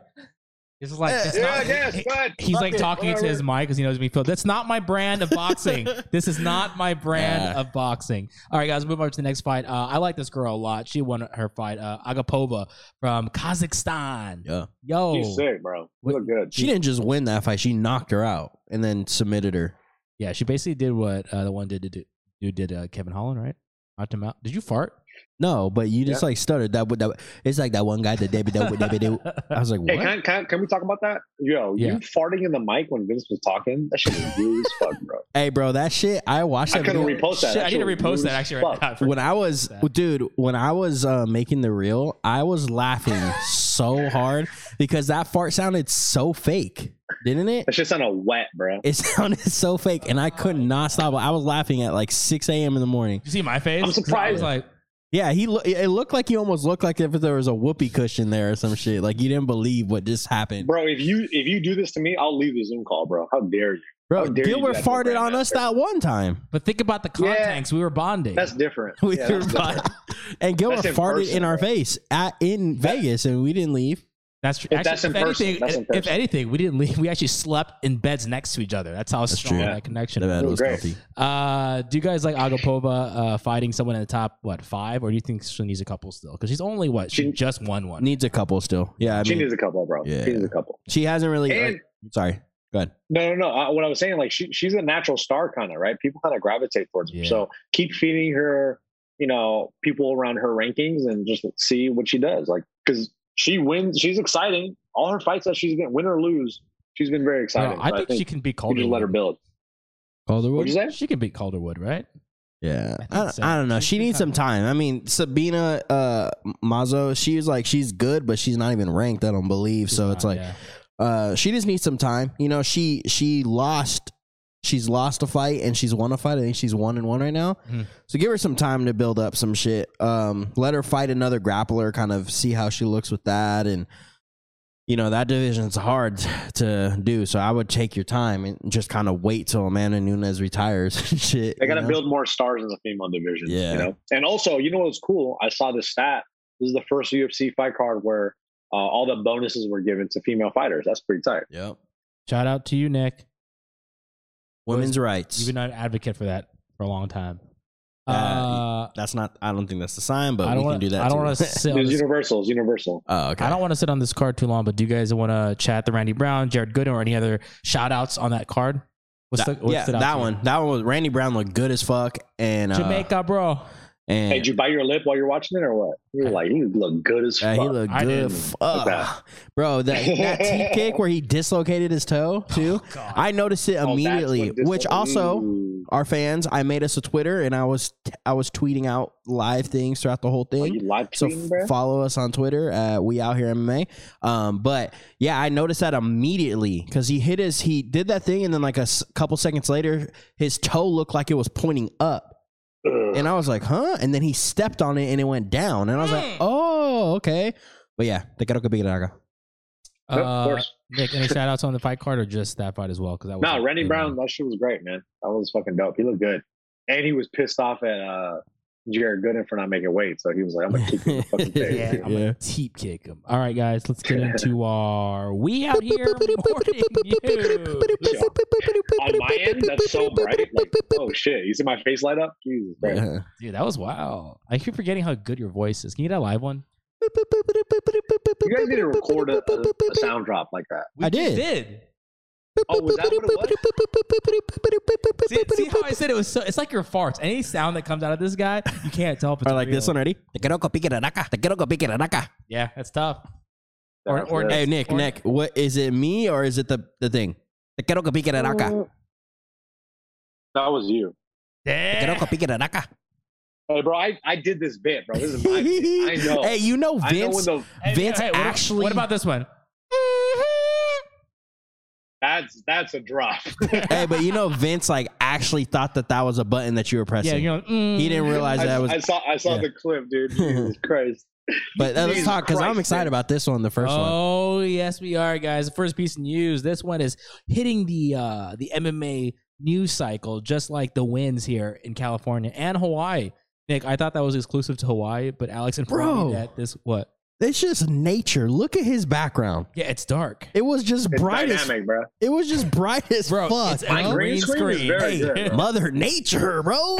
This is like that's
Yeah,
not-
yes,
he-
go ahead.
he's
Fuck
like
it,
talking into his
whatever.
mic because he knows me. Feel that's not my brand of boxing. this is not my brand
Yeah.
of boxing. All right, guys, move on to the next fight. Uh, I like this girl a lot. She won her fight. Uh, Agapova from Kazakhstan.
Yeah.
Yo,
She's sick, bro. You look good.
She didn't just win that fight; she knocked her out and then submitted her.
yeah, she basically did what uh, the one did to do. Dude did uh, Kevin Holland right? Knocked him out. Did you fart?
No, but you just
Yeah.
like stuttered that, would- that. It's like that one guy that David. David, David, David. I was like,
Hey,
what?
can, can, can we talk about that? Yo,
Yeah.
you farting in the mic when Vince was talking? That shit was rude as fuck, bro.
Hey, bro, that shit. I watched
I
that.
couldn't
video.
repost that.
Shit, I need to
shit
repost
was
that
rude
actually
as
right
fuck.
now. I forgot.
when I was,
that.
dude, when I was uh, making the reel, I was laughing so hard because that fart sounded so fake, didn't it?
That shit sounded wet, bro.
It sounded so fake, and I could not stop. I was laughing at like 6 a.m. in the morning.
you see my face?
I'm
'Cause I
surprised.
was like,
Yeah, he lo- it looked like he almost looked like if there was a whoopee cushion there or some shit. Like you didn't believe what just happened,
Bro, if you if you do this to me, I'll leave the Zoom call, bro. How dare you?
bro.
how dare you
Gilbert
do that to a
farted on us
grandmaster.
that one time.
but think about the
Yeah.
contacts. We were bonding.
That's different.
We
Yeah,
were
that's different.
fine. and Gilbert
That's in
farted
person,
in our
bro.
face at in Vegas, and we didn't leave.
That's true.
If
Actually,
that's
if
in person,
anything,
that's in
if
person.
anything, we didn't leave. We actually slept in beds next to each other. That's how strong
true.
that connection.
The
is.
bed was
Great.
comfy.
Uh, do you guys like Agapova uh, fighting someone in the top what five, or do you think she needs a couple still? Because she's only what she,
She-
just won one.
Needs a couple still. Yeah, I
she
mean,
needs a couple, bro.
Yeah.
She needs a couple.
she hasn't really.
And
sorry, go ahead.
no, no, no. I, what I was saying, like she she's a natural star, kind of right. People kind of gravitate towards her.
Yeah.
So keep feeding her, you know, people around her rankings, and just see what she does. Like because she wins, she's exciting. All her fights that she's been win or lose, she's been very
Bro,
exciting.
I,
So
think she can beat
you
Calderwood.
just let her build. What'd
Calderwood.
you say?
She can beat Calderwood, right?
Yeah,
I think
I don't,
so.
I don't know.
She's
She
been
needs some time. I mean, Sabina uh, Mazo, she's like she's good, but she's not even ranked. I don't believe. so it's
Not,
like
yeah.
uh, she just needs some time. You know, she she lost. She's lost a fight and she's won a fight. I think she's one and one right now.
Mhm.
So give her some time to build up some shit. Um, let her fight another grappler, kind of see how she looks with that. And you know that division's hard to do. So I would take your time and just kind of wait till Amanda Nunes retires. and shit.
They got to
you know?
build more stars in the female division.
Yeah.
You know? And also, you know what's cool? I saw this stat. This is the first UFC fight card where uh, all the bonuses were given to female fighters. That's pretty tight.
Yep.
Shout out to you, Nick.
Women's rights.
You've been an advocate for that for a long time.
Uh,
Uh,
that's not. I don't think that's the sign, but
I don't
we
want
can do that.
I don't
too.
want to sit. on
It's
this-
universal. It's universal.
oh, okay.
I don't want to sit on this card too long, but do you guys want to chat the Randy Brown, Jared Gooden, or any other shout outs on that card? What's
That-
the, what's
yeah,
stood out
that
to you?
one. That one was Randy Brown looked good as fuck, and uh,
Jamaica, bro.
And
Hey, did you bite your lip while you're watching it or what? You're like, you look good as
Uh,
fuck.
he looked
I
good,
didn't
fuck.
that.
bro. That, that teep kick where he dislocated his toe too.
God.
I noticed it
Oh, that's
immediately,
what this-
which also
Ooh.
our fans. I made us a Twitter, and I was I was tweeting out live things throughout the whole
Are
thing.
you live
So
tweeting, bro?
f- follow us on Twitter at We Out Here MMA. Um, but yeah, I noticed that immediately because he hit his he did that thing, and then like a s- couple seconds later, his toe looked like it was pointing up,
Ugh.
and I was like, huh? And then he stepped on it, and it went down, and I was like,
Mm.
oh, okay. But yeah, they got a big dagger.
Yep, of
Uh,
course.
Nick, any shout outs on the fight card or just that fight as well? Because that was
No, Randy Brown, that shit was great, man. That was fucking dope. He looked good. And he was pissed off at uh, Jared Gooden for not making weight. So he was like, I'm going to kick you in the fucking face.
Yeah, I'm
Yeah.
gonna teep kick him. All right, guys, let's get into our we out here morning news.
Yo, on my end, that's so bright. Like, oh shit! You see my face light up? Jesus Christ!
Dude, that was wow. I keep forgetting how good your voice is. Can you get a live one?
You guys need to record a, a, a sound drop like that.
I
just
did.
did.
Oh, was that what it
See, see how I said it was so. It's like your farts. Any sound that comes out of this guy, you can't tell if it's
Or like
real.
this one already?
Yeah, that's tough.
was?
Or- or-
Yeah.
Hey Nick,
Or-
Nick, what is it me or is it the the thing? Oh. Hey
that was you. Hey, bro, I, I did this bit, bro. This is my. bit. I know.
you know
I know when
Vince
the
Vince
Hey, what,
actually
What about this one?
that's that's a drop.
Hey, but you know Vince like actually thought that that was a button that you were pressing.
Yeah, you know, mm.
he didn't realize
I,
that was
I saw I saw
yeah.
the clip, dude. Jesus Christ!
But uh, let's
Jesus
talk cuz I'm
Christ,
excited
dude.
about this one, the first one.
oh yes, we are, guys. The first piece of news. This one is hitting the uh, the MMA news cycle, just like the winds here in California and Hawaii. Nick, I thought that was exclusive to Hawaii, but Alex informed
Bro.
me that this what
It's just nature. Look at his background.
Yeah, it's dark.
It was just
It's
bright as
dynamic, bro.
it was just bright as
Bro,
fuck.
it's
My
a
green screen is very
Hey,
good, bro.
Mother nature, bro.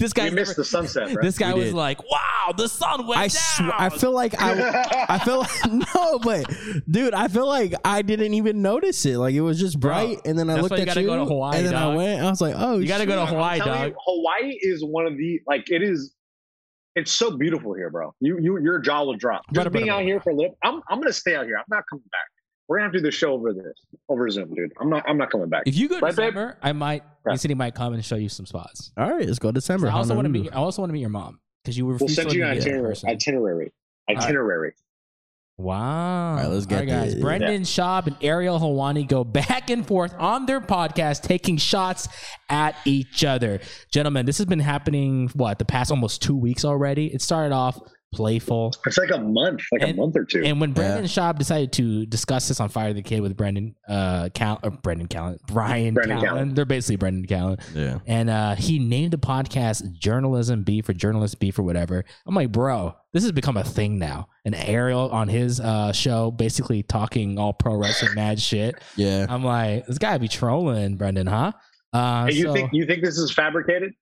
this guy
We missed the sunset, bro.
This guy
We
was
did.
like, "Wow, the sun went
I
down."
sw- I feel like I I feel like, no, but dude, I feel like I didn't even notice it. Like it was just bright, and then I
that's
looked
why you
at
gotta
you,
go to Hawaii,
and then I
dog.
went. I was like, oh,
you got to
shit.
go to Hawaii,
I'm telling
dog.
you, Hawaii is one of the like it is. It's so beautiful here, bro. You you your jaw will drop. Just
Brother,
being
brother,
out here for a little. I'm I'm gonna stay out here. I'm not coming back. We're gonna have to do the show over this over Zoom, dude. I'm not I'm not coming back.
If you go to
Right, babe?
December, I might.
Yeah.
The city might come and show you some spots.
All right, let's go December.
I also want to
Honolulu.
meet. I also want to meet your mom because you were.
we'll send you an itinerary. Itinerary.
right.
Itinerary.
Wow.
All right, let's get
guys.
the-
Brendan Schaub and Ariel Hawani go back and forth on their podcast, taking shots at each other. Gentlemen, this has been happening, what, the past almost two weeks already? It started off playful.
It's like a month, like a
And-
month or two.
And when Brendan Schaub decided to discuss this on Fire the Kid with Brendan, uh, Cal, or Brendan Callen, Brian
Brendan
Callen,
Callen.
they're basically Brendan Callen.
Yeah.
And uh, he named the podcast Journalism Beef or Journalist Beef or whatever. I'm like, bro, this has become a thing now. And Ariel on his uh, show basically talking all pro wrestling mad shit.
Yeah.
I'm like, this guy be trolling, Brendan, huh? Uh,
Hey, you
so
think you think this is fabricated?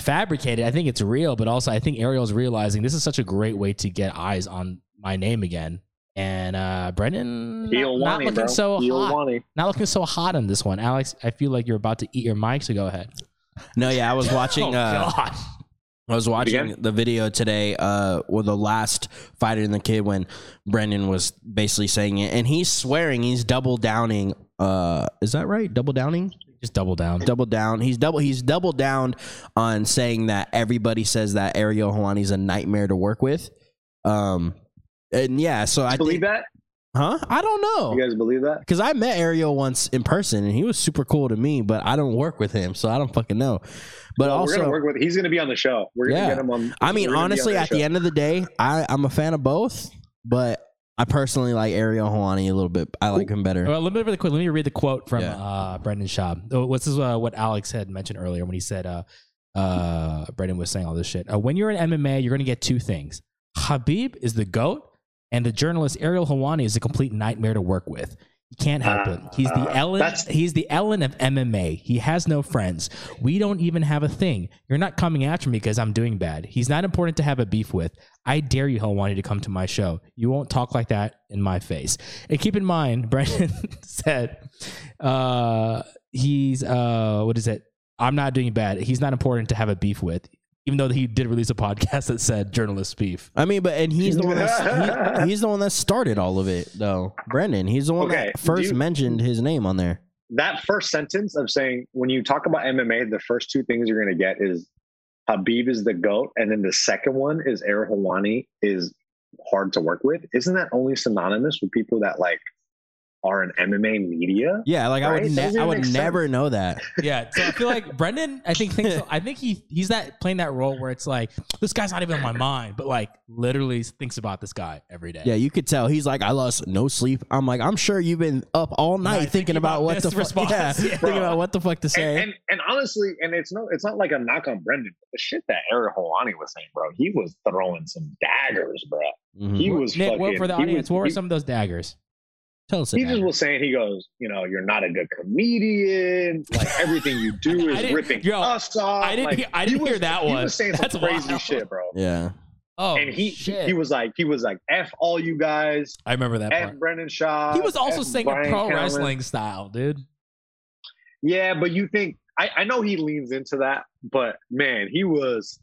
fabricated. I think it's real, but also I think Ariel's realizing this is such a great way to get eyes on my name again. And uh, Brendan, not,
Iowani,
not looking
bro.
so hot,
Iowani.
not looking so hot on this one, Alex. I feel like you're about to eat your mic, so go ahead. Oh,
No, yeah. I was watching. uh,
God.
I was watching
Again?
the video today, uh, with the last fighter in the kid when Brendan was basically saying it, and he's swearing, he's double downing. Uh, is that right? Double downing?
Just double down.
double down. He's double. He's double down on saying that everybody says that Ariel Helwani's a nightmare to work with. Um, and yeah, so I
Believe
think,
that?
huh? I don't
You
know
guys believe that?
because I met Ariel once in person and he was super cool to me, but I don't work with him, so I don't fucking know.
Well,
But
we're
also,
gonna work with. He's gonna be on the show. We're gonna
Yeah.
get him on.
I mean,
we're gonna be
honestly,
on
at the end of the day, I I'm a fan of both, but I personally like Ariel Helwani a little bit. I like him better.
Well, let me really quick. Let me read the quote from
Yeah.
uh, Brendan Schaub. Oh, What's this? Uh, what Alex had mentioned earlier when he said, uh, uh, "Brendan was saying all this shit." Uh, when you're in MMA, you're going to get two things: Habib is the goat, and the journalist Ariel Hawani is a complete nightmare to work with. You can't help it. He's the Ellen.
that's-
he's the Ellen of MMA. He has no friends. We don't even have a thing. You're not coming after me because I'm doing bad. He's not important to have a beef with. I dare you, Helwani, to come to my show. You won't talk like that in my face. And keep in mind, Brendan said, uh, he's uh, what is it? I'm not doing bad. He's not important to have a beef with. Even though he did release a podcast that said journalist beef.
I mean, but and he's the one that he, he's the one that started all of it, though. Brendan, he's the one
Okay,
that
do
first
you-
mentioned his name on there.
that first sentence of saying when you talk about MMA, the first two things you're gonna get is Habib is the goat, and then the second one is Air Hawani is hard to work with. Isn't that only synonymous with people that like are in MMA media?
Yeah, like I
Right?
would,
Doesn't
ne- I
even
would
make
never know that.
Yeah, so I feel like Brendan. I think thinks. I think he he's that playing that role where it's like this guy's not even on my mind, but like literally thinks about this guy every day.
Yeah, you could tell he's like, I lost no sleep. I'm like, I'm sure you've been up all night
Night,
thinking,
thinking
about,
about
what
this
the fuck,
response.
yeah,
Yeah.
thinking about what the fuck to
And,
say.
and and honestly, and it's no, it's not like a knock on Brendan. But the shit that Eric Holani was saying, bro, he was throwing some daggers, bro.
Mhm.
He was
Mm-hmm. Nick,
fucking.
what for the
he was-
audience? what were
he-
some of those daggers?
Tell us
he
about
just
it.
was saying he goes, you know, you're not a good comedian. Like everything you do
I
is
didn't-
ripping
yo,
us off.
I didn't
Like,
hear- I
he
didn't
was-
hear that
He
one.
was saying
That's
some crazy
wild.
shit, bro.
Yeah,
Oh,
and he
shit.
he was like he was like f all you guys,
I remember that
f
part.
Brendan Shaw.
He was also
F
saying a
Brian
pro
Callen."
wrestling style, dude.
Yeah, but you think I, I know he leans into that, but man, he was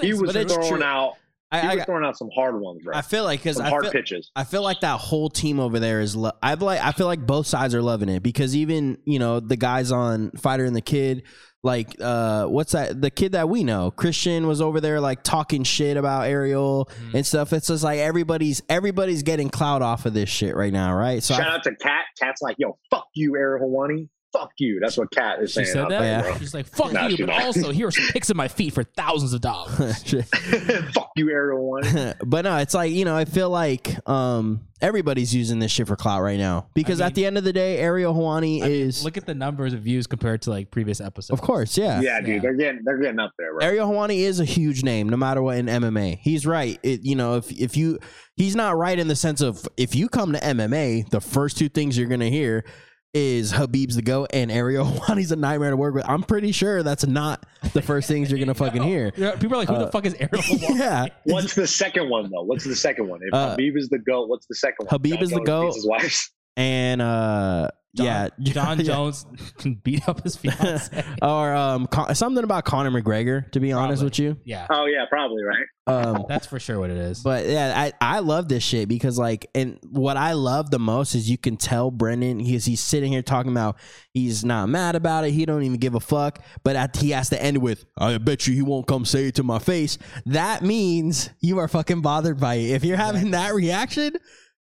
he was
but it's
throwing
true.
out he
I,
was
I,
throwing out some hard ones, bro.
I feel like because
some
I
hard
feel,
pitches.
I feel like that whole team over there is. Lo- I like. I feel like both sides are loving it because even you know the guys on Fighter and the Kid, like uh, what's that? The kid that we know, Christian, was over there like talking shit about Ariel
Mm-hmm.
and stuff. It's just like everybody's everybody's getting clout off of this shit right now, right? So I-
Shout out to Cat. Cat's like, yo, fuck you, Eric Hawani. fuck you. That's what Kat is
She
saying.
said
out
that.
there,
She's like, "Fuck
Nah,
you,"
she
but
not.
also here are some pics of my feet for thousands of dollars.
bro. fuck you, Ariel One.
but no, it's like you know, I feel like um, everybody's using this shit for clout right now because
I mean-
at the end of the day, Ariel Hawani is,
Look at the numbers of views compared to like previous episodes.
of course, yeah.
Yeah, dude, they're getting they're getting up there, bro.
Ariel Hawani is a huge name, no matter what in MMA. He's right. It, you know, if if you, he's not right in the sense of if you come to MMA, the first two things you're gonna hear is Habib's the goat and Ariel Hawani's a nightmare to work with. I'm pretty sure that's not the first things you're gonna fucking hear. Uh,
Yeah, people are like, "Who the fuck is Ariel?" Hawani?
Yeah,
What's the second one though? What's the second one? If
Uh,
Habib is the goat, what's the second one?
Habib
John
is the
Jones
goat.
beats His wife.
and uh,
Don-
yeah,
John
Yeah.
Jones can beat up his fiance.
or um, Con- something about Conor McGregor. To be honest
Probably.
with you,
yeah,
Oh yeah, probably right. Oh.
um,
that's for sure what it is.
but yeah, I I love this shit because like, and what I love the most is you can tell Brendan he's he's sitting here talking about he's not mad about it. He don't even give a fuck. But at, he has to end with, I bet you he won't come say it to my face. That means you are fucking bothered by it. If you're having that reaction.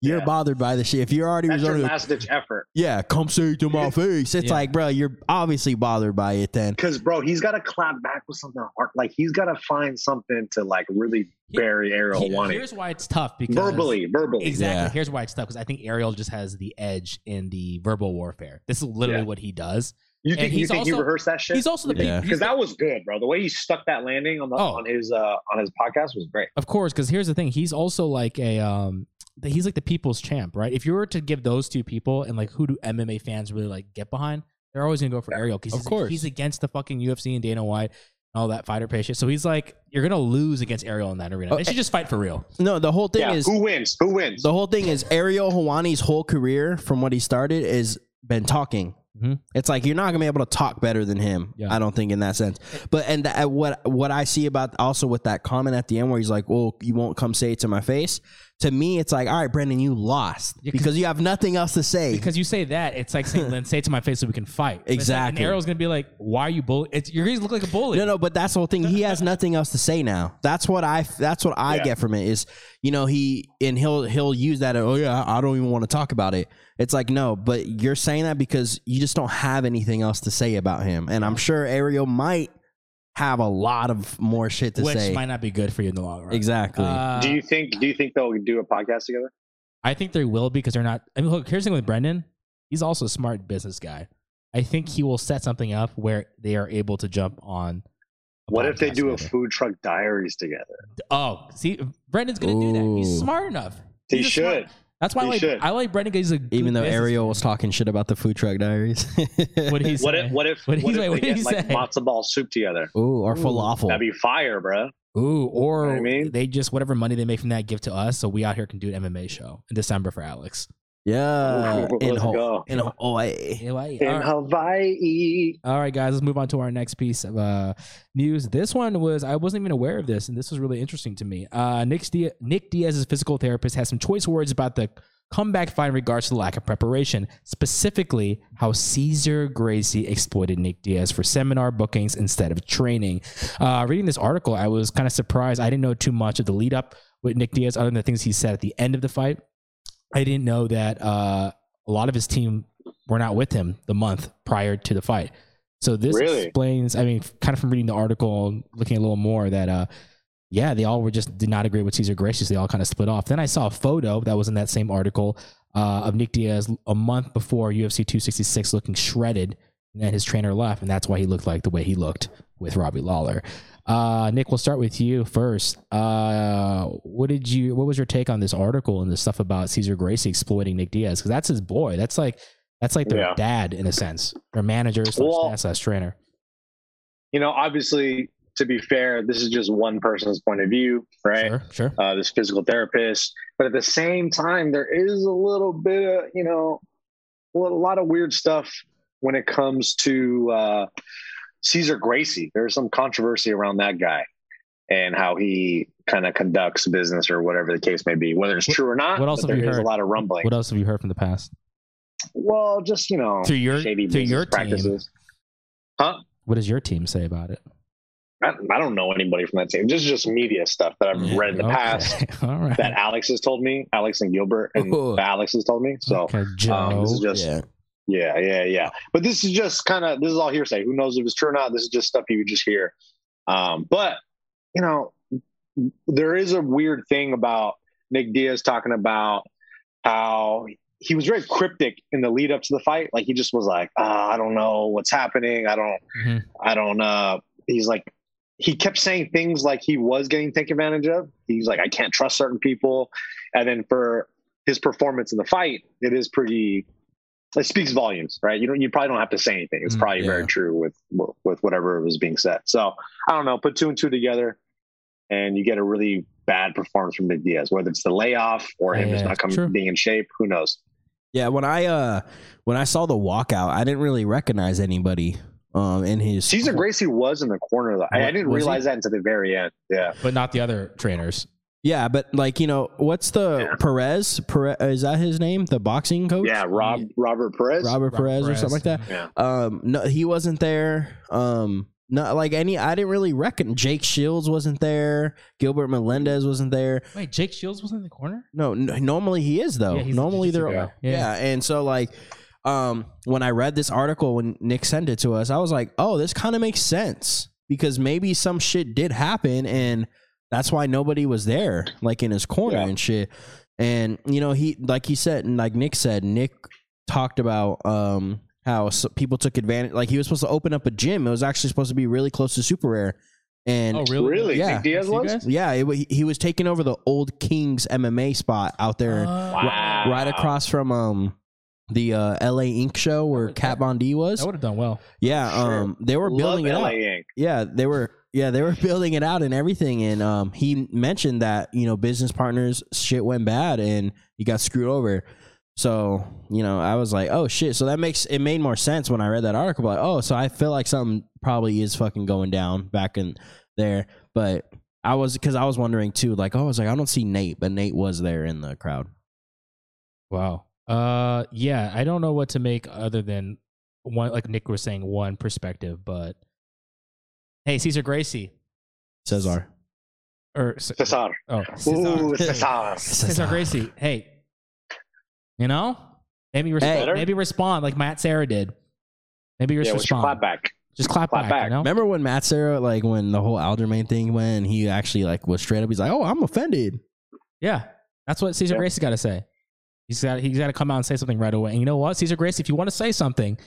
You're
Yeah.
bothered by the shit. If you're already
That's your
resorting, to,
last ditch effort.
yeah, come say it to my face. It's
Yeah.
like, bro, you're obviously bothered by it. Then
Because bro, he's got to clap back with something hard. Like he's got to find something to like really
He-
bury Ariel
Here-
Hawani.
here's why it's tough because
verbally, verbally.
Exactly.
Yeah.
Here's why it's tough because I think Ariel just has the edge in the verbal warfare. This is literally
Yeah.
what he does.
You
And
think you
he's
think he
also-
rehearsed that shit?
He's also the big-
Yeah.
he's
Because that was good, bro. The way he stuck that landing on the,
Oh.
on his uh on his podcast was great.
Of course, because here's the thing: he's also like a um, the, he's like the people's champ, right? If you were to give those two people and like who do MMA fans really like get behind, they're always gonna go for Ariel because
Of
he's,
course.
he's against the fucking UFC and Dana White and all that fighter pay shit. So he's like, you're gonna lose against Ariel in that arena.
Oh,
they should just fight for real.
no, the whole thing
Yeah,
is
who wins? Who wins?
The whole thing is Ariel Hawani's whole career, from what he started, is been talking.
Mhm.
It's like you're not gonna be able to talk better than him.
Yeah.
I don't think in that sense. But and that, what what I see about also with that comment at the end where he's like, "Well, you won't come say it to my face." To me, it's like, "All right, Brendan, you lost
Yeah, 'cause-
because you have nothing else to say."
Because you say that, it's like saying, "Then say it to my face so we can fight." But it's like-
Exactly.
and Ariel's gonna be like, "Why are you bully? It's, you're gonna look like a bully."
No, no, but that's the whole thing. He has nothing else to say now. That's what I. That's what I
Yeah.
get from it is, you know, he and he'll he'll use that. Oh yeah, I don't even want to talk about it. It's like no, but you're saying that because you just don't have anything else to say about him. And I'm sure Ariel might have a lot of more shit to
which
say.
might not be good for you in the long run.
exactly.
Uh,
do you think do you think they'll do a podcast together?
I think there will because they're not. I mean, look, here's the thing with Brendan. He's also a smart business guy. I think he will set something up where they are able to jump on. a
What if they
podcast
do a
together.
food truck diaries together?
Oh, see, Brendan's gonna do that.
Ooh.
He's smart enough.
He
He's a
should.
smart- that's why I
He
like
should.
I like Brendan because he's a good
Even though
business-
Ariel was talking shit about the food truck diaries.
What he
What
say?
if what if what,
What did he
if
say?
they
What did
get
he
like
say?
matzo ball soup together?
Ooh, or falafel.
That'd be fire, bro.
Ooh, or
You know what I mean?
they just whatever money they make from that give to us, so we out here can do an MMA show in December for Alex.
yeah,
Let's
in Ho-
go.
in Hawaii.
Yeah, why-
In
all right.
Hawaii.
All right, guys, let's move on to our next piece of uh, news. This one was I wasn't even aware of this, and this was really interesting to me. Uh, Nick, Dia- Nick Diaz's physical therapist has some choice words about the comeback fight in regards to the lack of preparation, specifically how Caesar Gracie exploited Nick Diaz for seminar bookings instead of training. Uh, reading this article, I was kind of surprised. I didn't know too much of the lead up with Nick Diaz other than the things he said at the end of the fight. I didn't know that uh, a lot of his team were not with him the month prior to the fight. So this
Really?
explains, I mean, kind of from reading the article, and looking a little more that, uh, yeah, they all were just did not agree with Caesar Gracious. They all kind of split off. Then I saw a photo that was in that same article uh, of Nick Diaz a month before UFC 266 looking shredded. And then his trainer left, and that's why he looked like the way he looked with Robbie Lawler. Uh, Nick, we'll start with you first. Uh, what did you? What was your take on this article and the stuff about Caesar Gracie exploiting Nick Diaz? Because that's his boy. That's like that's like their
Yeah.
dad in a sense, their manager slash,
Well-
dad slash trainer.
you know, obviously, to be fair, this is just one person's point of view, right?
Sure, sure.
Uh, this physical therapist, but at the same time, there is a little bit of, you know, a lot of weird stuff when it comes to uh, Caesar Gracie. There's some controversy around that guy and how he kind of conducts business or whatever the case may be, whether it's true or not.
what else
but
have you
there is
heard?
a lot of rumbling.
What else have you heard from the past?
well, just you know,
To your-
shady
to your
business practices. Huh?
What does your team say about it?
I, I don't know anybody from that team. This is just media stuff that I've read in the
Okay.
past
All right.
that Alex has told me, Alex and Gilbert and
Ooh.
Alex has told me. So
okay, Joe.
um, this is just
Yeah.
Yeah, yeah, yeah. But this is just kind of this is all hearsay. Who knows if it's true or not? This is just stuff you would just hear. Um, but you know, there is a weird thing about Nick Diaz talking about how he was very cryptic in the lead up to the fight. Like he just was like, ah, I don't know what's happening. I don't,
Mhm.
I don't. Uh, he's like, he kept saying things like he was getting taken advantage of. He's like, I can't trust certain people. And then for his performance in the fight, it is pretty. It speaks volumes, right? You don't. You probably don't have to say anything. It's
Mm,
probably
yeah.
very true with with whatever was being said. So I don't know. Put two and two together, and you get a really bad performance from Nick Diaz. Whether it's the layoff or him just
Yeah,
not coming
true.
being in shape, who knows?
Yeah, when I uh when I saw the walkout, I didn't really recognize anybody um in his
Caesar Gracie was in the corner. Though. I, I didn't
Was he?
realize that until the very end. Yeah,
but not the other trainers.
Yeah, but like, you know, what's the
Yeah.
Perez? Perez is that his name? The boxing coach?
yeah. Rob Robert Perez.
Robert Perez, or something like that.
Yeah.
Um no he wasn't there. Um not like any I didn't really reckon Jake Shields wasn't there. Gilbert Melendez wasn't there.
Wait, Jake Shields was in the corner.
No, n- normally he is though.
Yeah, he's the
normally
jiu-jitsu
they're yeah.
guy. Yeah.
And so like um when I read this article when Nick sent it to us, I was like, "Oh, this kind of makes sense because maybe some shit did happen and that's why nobody was there like in his corner
Yeah.
and shit." And you know, he like he said and like Nick said, Nick talked about um how s people took advantage like he was supposed to open up a gym. It was actually supposed to be really close to Super Rare. And
Oh, really?
Really?
Yeah.
Nick Diaz
See you
was.
guys?
yeah, it, wa- he- he was taking over the old Kings MMA spot out there
Uh,
Wow.
right across from um the uh, LA Ink show where Kat Von D
That
was.
would have done well.
Yeah,
Sure.
um they were building it
Love LA
out.
Inc.
Yeah, they were yeah, they were building it out and everything and um he mentioned that, you know, business partners shit went bad and he got screwed over. So, you know, I was like, "Oh shit." So that makes it made more sense when I read that article like, "Oh, so I feel like something probably is fucking going down back in there." But I was cuz I was wondering too like, "Oh, I was like, I don't see Nate, but Nate was there in the crowd."
Wow. Uh, yeah, I don't know what to make other than one, like Nick was saying, one perspective. But hey, Caesar Gracie
Cesar.
or S-
Cesar.
oh
Ooh,
Cesar.
Cesar.
Cesar Gracie. Hey, you know, maybe respond.
Hey.
maybe respond like Matt Sarah did. Maybe just
Yeah, what's your
respond.
clapback?
Just clap,
Clap
back.
back.
You know?
Remember when Matt Sarah, like when the whole Alderman thing went, and he actually like was straight up. He's like, "Oh, I'm offended."
Yeah, that's what Caesar
Yeah.
Gracie got to say. He's got he's got to come out and say something right away. And you know what, Caesar Gracie, if you want to say something,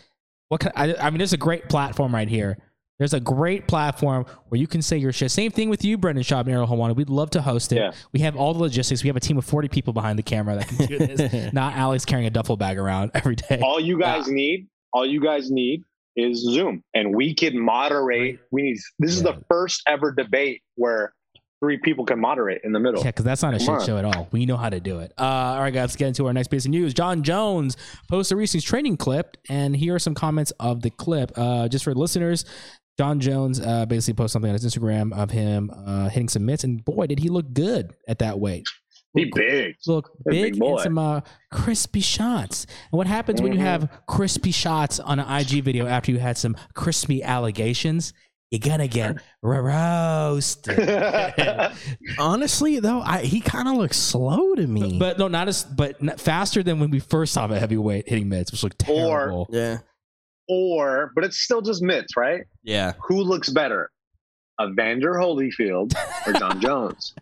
what can, I, I mean, there's a great platform right here. There's a great platform where you can say your shit. Same thing with you, Brendan Schaub and Errol Hawana. We'd love to host it.
Yeah.
We have all the logistics. We have a team of 40 people behind the camera that can do this. Not Alex carrying a duffel bag around every day.
All you guys need, all you guys need is Zoom, and we can moderate. We need. This is
Yeah.
the first ever debate where three people can moderate in the middle.
Yeah, because that's not a
Come
shit
on.
show at all. We know how to do it. Uh, all right, guys, let's get into our next piece of news. John Jones posted a recent training clip, and here are some comments of the clip. Uh, just for listeners, John Jones uh, basically posted something on his Instagram of him uh, hitting some mitts, and boy, did he look good at that weight.
Be big.
Look
a
big,
big boy.
and some uh, crispy shots. And what happens when you
Mhm.
have crispy shots on an IG video after you had some crispy allegations? You're gonna get roasted.
Honestly, though, I, he kind of looks slow to me.
But no, not as but not, faster than when we first saw him at heavyweight hitting mids, which looked
Or-
terrible.
yeah,
Or, but it's still just mitts, right?
yeah.
Who looks better, Evander Holyfield or John Jones?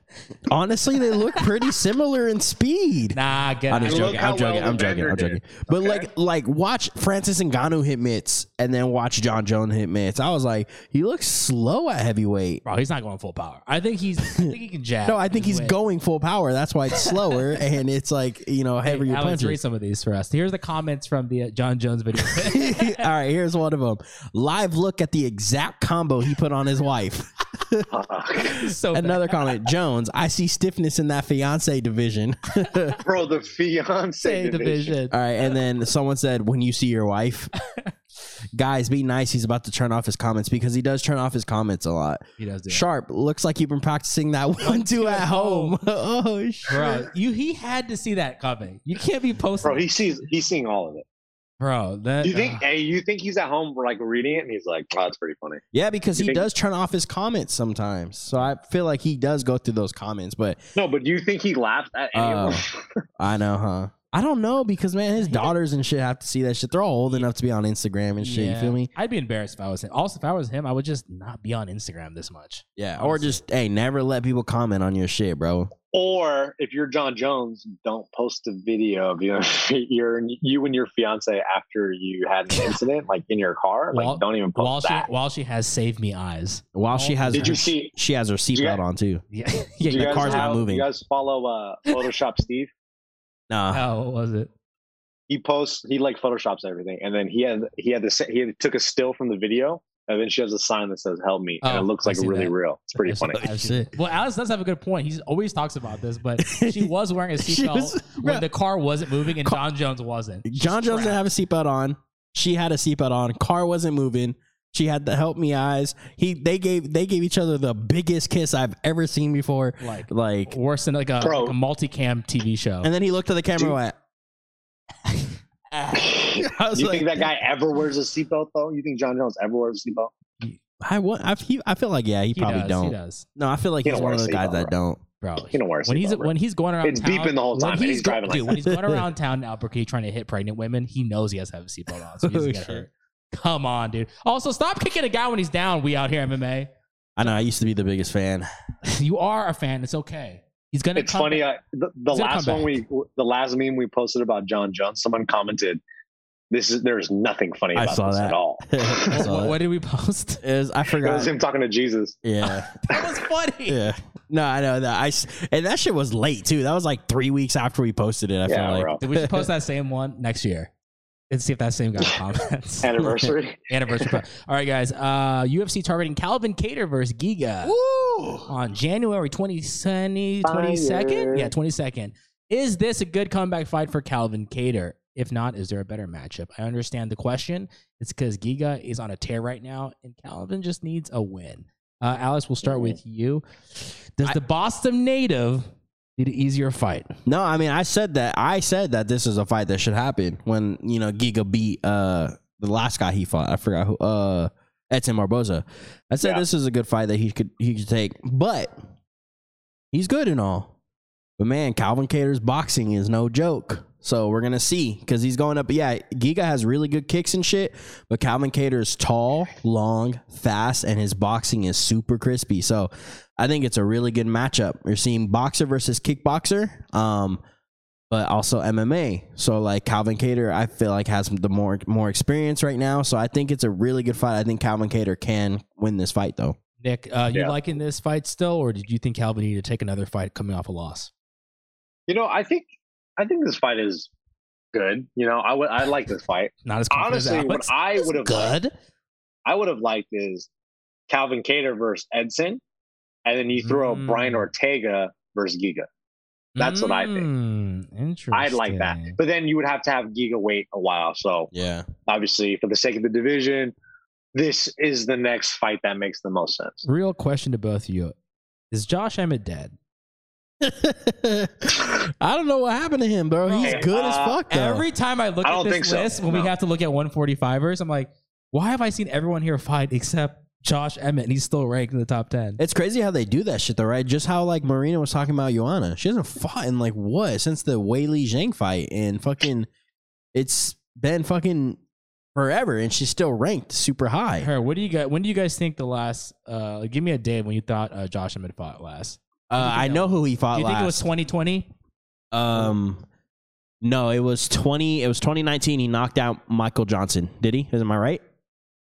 Honestly, they look pretty similar in speed.
nah, get
I'm
out.
just
look
joking.
how
I'm joking.
well
I'm joking. I'm
Evander
joking.
did.
But
Okay.
like, like watch Francis Ngannou hit mitts, and then watch John Jones hit mitts. I was like, he looks slow at heavyweight.
Bro, he's not going full power. I think he's. I think he can jab.
No, I think he's
Wait.
going full power. That's why it's slower, and it's like you know
Hey,
heavier
Alex, read
punches.
some of these for us. Here's the comments from the uh, John Jones video.
All right, here's one of them. Live look at the exact combo he put on his wife.
Fuck.
so bad.
Another comment, Jones. I see stiffness in that fiance division. All
Bro, the fiance
Say
division.
division.
right, and then someone said, "When you see your wife, guys, be nice." He's about to turn off his comments because he does turn off his comments a lot.
He does do. it.
Sharp looks like you've been practicing that one two at home. oh shit!
Bro, you he had to see that coming. You can't be posting,
Bro, he sees. He's seeing all of it.
Bro, that
Do you think?
uh,
Hey, you think he's at home like reading it, and he's like, "Oh, that's pretty funny."
Yeah, because
You
he
think-
does turn off his comments sometimes. So I feel like he does go through those comments, but
Uh.
No, but do you think he laughed at any of
Oh.
them?
I know, huh? I don't know because man, his daughters and shit have to see that shit. They're all old enough to be on Instagram and shit. You
Yeah.
feel me?
I'd be embarrassed if I was him. Also, if I was him, I would just not be on Instagram this much.
Yeah. Or just hey, never let people comment on your shit, bro.
Or if you're John Jones, don't post a video of you, your, you and your fiance after you had an incident, like in your car. Like,
While-
don't even post
While she
Oh, that.
while she has saved me eyes.
While she has
Did
her,
you see?
she has her seatbelt
guys-
on too.
Yeah.
do you
the
guys
car's not
follow-
moving.
You guys follow uh, Photoshop Steve?
Nah.
How Oh, was it?
He posts. He like photoshops everything, and then he had he had this. He had, took a still from the video, and then she has a sign that says "Help me," and
Oh,
it looks
I
like
see
really
that.
real. It's pretty
I've-
funny.
I've seen- Well, Alex does have a good point. He always talks about this, but she was wearing a
She
seatbelt
was-
when the car wasn't moving and John Jones wasn't.
John Jones didn't have a seatbelt on. She had a seatbelt on. Car wasn't moving. She had the help me eyes. He they gave they gave each other the biggest kiss I've ever seen before.
Like-
like
Worse than like a,
Bro.
like a multicam TV show.
and then he looked at the camera and went. I was
Do you
like,
think that guy ever wears a seatbelt though? You think John Jones ever wears a seatbelt?
I want. I, he, I feel like yeah, he,
He
probably
does,
don't.
He does,
No, I feel like
He
he's
don't
one
wear
of
a
those guys
seatbelt,
that don't.
bro.
You don't wear a
Oh, when he's
seatbelt, bro.
when he's going around,
It's
town,
beeping the whole time
When
and
he's,
he's driving like
dude,
that.
when he's going around town in Albuquerque trying to hit pregnant women, he knows he has to have a seatbelt on, so he doesn't
Oh,
get
shit.
hurt. Come on, dude. Also, stop kicking a guy when he's down. We out here MMA.
I know. I used to be the biggest fan.
You are a fan. It's okay. He's gonna.
it's
come
funny. Uh, the the
He's gonna
last
come
one we, the last meme we posted about John Jones, someone commented, "This is there's nothing funny
I
about
saw
this
that.
at all."
I
What,
saw
what-
that.
what did we post?
It was- I
It was
forgot.
him talking to Jesus.
Yeah,
That was funny.
yeah. No, I know that. I s- and that shit was late too. That was like three weeks after we posted it. I
yeah,
feel
bro.
like
Dude, we should post that same one next year and see if that same guy comments.
Anniversary.
Anniversary. pro- All right, guys. Uh, UFC targeting Calvin Cater versus Giga on January 20, 20
Fire.
22nd. Yeah, 22nd. Is this a good comeback fight for Calvin Cater? If not, is there a better matchup? I understand the question. It's because Giga is on a tear right now, and Calvin just needs a win. Uh, Alice, we'll start with you. Does the Boston native need an easier fight?
no. I mean, I said that. I said that this is a fight that should happen when you know Giga beat uh the last guy he fought. I forgot who. Uh, Edson Barboza. I said
Yeah.
this is a good fight that he could he could take, but he's good and all. But man, Calvin Cater's boxing is no joke. So we're gonna see because he's going up. Yeah, Giga has really good kicks and shit, but Calvin Cater is tall, long, fast, and his boxing is super crispy. So I think it's a really good matchup. You're seeing boxer versus kickboxer, um, but also MMA. So like Calvin Cater, I feel like has the more more experience right now. So I think it's a really good fight. I think Calvin Cater can win this fight though.
Nick, uh, you
Yeah.
liking this fight still, or did you think Calvin needed to take another fight coming off a loss?
You know, I think I think this fight is good. You know, I would I like this fight.
Not as confident as
Honestly, what
Alex.
I would have liked,
good.
I would have liked is Calvin Cater versus Edson, and then you throw
Mm.
Brian Ortega versus Giga. That's what I think.
Mm, Interesting.
I'd like that, but then you would have to have Giga wait a while. So
Yeah.
obviously, for the sake of the division, this is the next fight that makes the most sense.
Real question to both of you: Is Josh Emmett dead?
I don't know what happened to him, bro. He's
Hey,
good as
uh,
fuck though.
Every time I look
I
at
don't think
this
so.
list, when we
No.
have to look at 145ers, I'm like, why have I seen everyone here fight except Josh Emmett, and he's still ranked in the top ten?
It's crazy how they do that shit though, right? Just how like Marina was talking about Joanna. She hasn't fought in like what since the Wei Li Zhang fight and fucking it's been fucking forever and she's still ranked super high.
Her, what do you guys? When do you guys think the last? Uh, give me a day when you thought uh, Josh Emmett fought last.
Uh, I know who he fought
do you
last.
think it was 2020?
um no, it was twenty it was twenty nineteen. He knocked out Michael Johnson, did he? Am I right?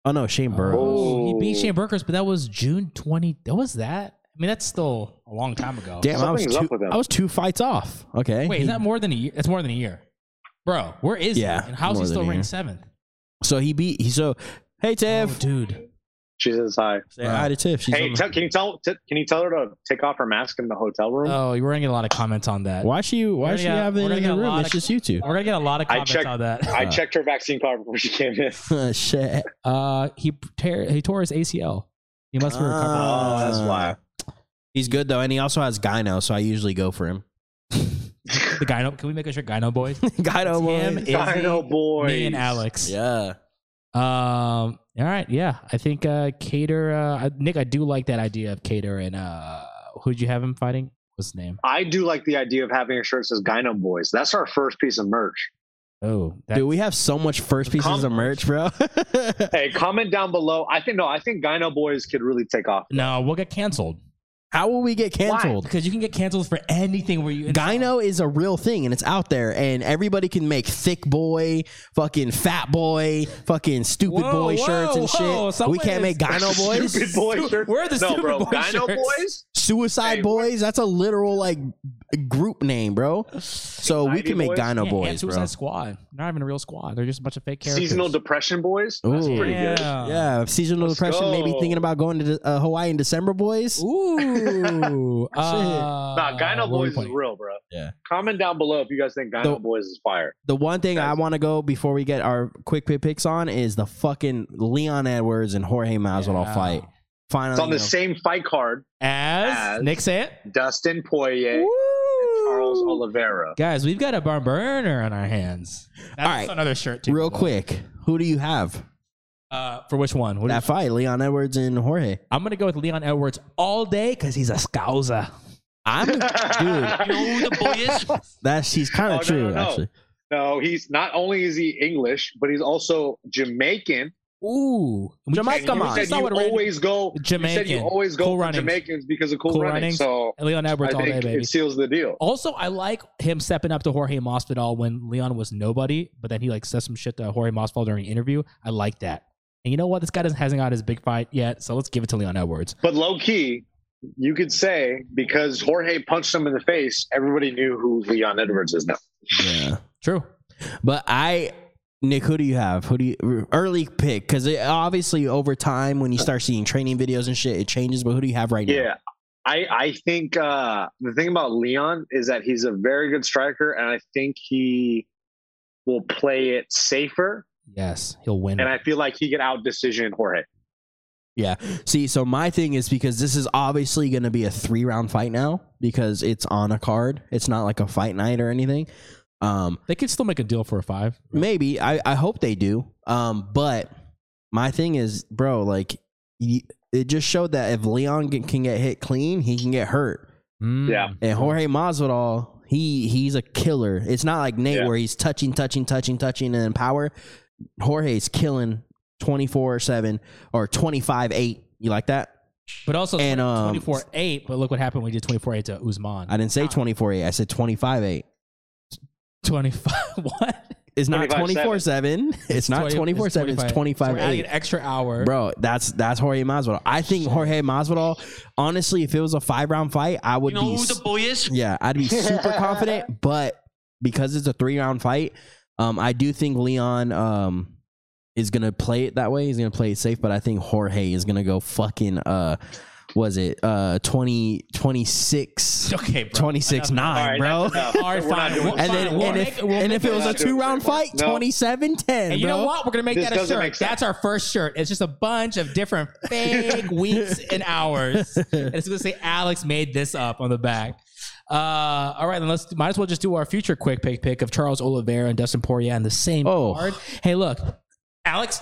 Oh no, Shane Burrows.
Oh, he beat
Oh.
Shane Burkers, but that was June 20. That was that. I mean, that's still a long time ago.
Damn, I was
Something's up
two
with him.
I was two fights off. Okay.
Wait,
He-
is that more than a year? That's more than a year. Bro, where is
Yeah,
he? And how's he
more than
still
a year.
ranked seventh?
so he beat he so hey
Oh,
Tiff.
dude.
She says hi.
Say hi to Tiff. She's
hey,
on the-
tell can you tell t- can you tell her to take off her mask in the hotel room?
Oh, we're gonna get a lot of comments on that.
Why she? Why
We're
she
gonna-
have
we're
it
gonna
in
get
the
a lot
room?
of-
It's just you two.
We're gonna get a lot of
I
comments
checked-
on that.
I checked her vaccine card before she came in.
Shit.
Uh, he tear, he tore his ACL. He must be recovering. Uh,
Oh, that's why.
He's good though, and he also has Gyno, so I usually go for him.
the gyno. Can we make a sure gyno boys?
Gyno
him,
boy.
Izzy,
Dino boys.
Me and Alex.
Yeah.
Um. All right. Yeah. I think uh, Cater. Uh, I- Nick, I do like that idea of Cater and uh, who'd you have him fighting? What's his name?
I do like the idea of having a shirt that says Gyno Boys. That's our first piece of merch.
Oh, that,
Dude, we have so much first pieces of merch, bro.
Hey, comment down below. I think no, I think Gyno Boys could really take off.
no, we'll get canceled
How will we get canceled?
because you can get canceled for anything where you.
Gyno is a real thing and it's out there, and everybody can make thick boy, fucking fat boy, fucking stupid
Whoa,
boy
whoa,
shit and
whoa,
shit. We
someone
can't make
is-
gyno boys,
Stupid boy shirts.
Where are the
no,
stupid
bro,
boy
Gyno
shirts?
Boys.
suicide
Hey,
boys. That's a literal like group name, bro. So we
Anxiety
can make
boys?
gyno
Yeah, and
boys,
Suicide
bro.
Squad. Not even a real squad. They're just a bunch of fake characters.
Seasonal Depression Boys. That's
Ooh.
pretty good.
yeah.
Yeah, seasonal
Uh, Let's
depression. Maybe
go.
thinking about going to the- uh, Hawaii in December, boys.
Ooh. uh,
Nah, Gyno
what were we
Boys is
playing?
real, bro.
Yeah.
Comment down below if you guys think Gyno
The-
Boys is fire.
The one thing I
Guys.
want to go before we get our quick pick picks on is the fucking Leon Edwards and Jorge Masvidal
Yeah.
fight. Finally,
It's on the
you
same
know,
fight card.
As,
As-
Nick said.
Dustin Poirier, Charles Oliveira.
Guys, we've got a bar burner on our hands. That's
All right.
another shirt too.
real quick. Who do you have
Uh, for which one? What do you-
that fight? Leon Edwards and Jorge.
I'm gonna go with Leon Edwards all day because he's a scouser.
I'm dude.
the boy
That's he's kind
Oh,
of
no,
true
no, no.
actually.
No, he's not only is he English, but he's also Jamaican.
Ooh, We-
Jamaica
And
Come
you
man. on.
said
Saw
you
what Randy-
always go You said
Jamaican.
you always go
Cool
for
runnings.
Jamaicans because of cool,
Cool
running.
runnings.
So
Leon
I
Edwards all day,
think
baby.
it seals the deal.
Also, I like him stepping up to Jorge Masvidal when Leon was nobody, but then he like says some shit to Jorge Masvidal during an interview. I like that. And you know what? This guy doesn't hasn't got his big fight yet, so let's give it to Leon Edwards.
But low key, you could say because Jorge punched him in the face, everybody knew who Leon Edwards is now.
Yeah.
True.
But I, Nick, who do you have? Who do you early pick? Because obviously over time when you start seeing training videos and shit, it changes. But who do you have right now?
Yeah. I, I think uh, the thing about Leon is that he's a very good striker, and I think he will play it safer.
Yes, he'll win.
And I feel like he could out decision Jorge.
See, so my thing is because this is obviously going to be a three round fight now because it's on a card. It's not like a fight night or anything. Um,
they could still make a deal for a five.
maybe I, I hope they do. Um, but my thing is, bro, like y- it just showed that if Leon can- can get hit clean, he can get hurt.
Mm.
Yeah.
And Jorge Masvidal, he he's a killer. It's not like Nate
Yeah.
where he's touching, touching, touching, touching, and then power. Jorge's killing twenty four seven or twenty five eight. You like that?
But also
And, um,
twenty four eight. But look what happened when we did twenty four eight to Usman.
I didn't say twenty four eight. I said twenty five eight.
Twenty five. What?
It's not twenty
25-7.
four seven. It's not twenty four seven. It's twenty five
Adding an
eight.
extra hour.
Bro, that's that's Jorge Masvidal. I think Jorge Masvidal. Honestly, if it was a five round fight, I would be s-
boy is?
Yeah, I'd be super confident, but because it's a three round fight, um, I do think Leon um is gonna play it that way. He's gonna play it safe, but I think Jorge is gonna go fucking uh was it uh 20, 26,
Okay, bro.
26
All
9,
right,
bro.
that's enough.
All right,
We're not
fine.
doing
We'll-
this.
And then
We'll
and if
make it- we'll
and if
make
it
it
was a
happen.
two round fight,
No.
27 10.
And you know what? We're gonna make
This
that a
doesn't make
shirt.
sense.
That's our first shirt. It's just a bunch of different fake weeks and hours. And it's gonna say Alex made this up on the back. Uh, all right, then let's might as well just do our future quick pick pick of Charles Oliveira and Dustin Poirier on the same
Oh.
card. Hey, look, Alex,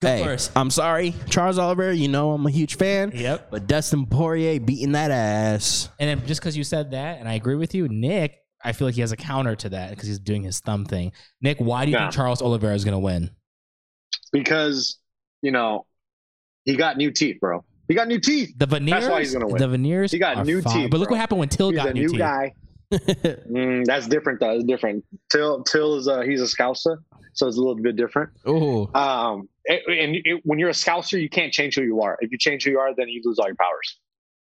go
Hey,
first.
I'm sorry, Charles Oliver. You know I'm a huge fan,
Yep.
but Dustin Poirier beating that ass.
And then just because you said that, and I agree with you, Nick, I feel like he has a counter to that because he's doing his thumb thing. Nick, why do you
Yeah.
think Charles Oliveira is going to win?
Because, you know, he got new teeth, bro. He got new teeth.
The veneers.
why he's gonna win.
The veneers.
He got
are
new
fine.
teeth,
But look
bro.
what happened when Till
He's
got
a
new
new
teeth.
guy. Mm, that's different, though. It's different. Till Till is a he's a scouser, so it's a little bit different.
Oh,
Um, it- and it, when you're a scouser, you can't change who you are. If you change who you are, then you lose all your powers.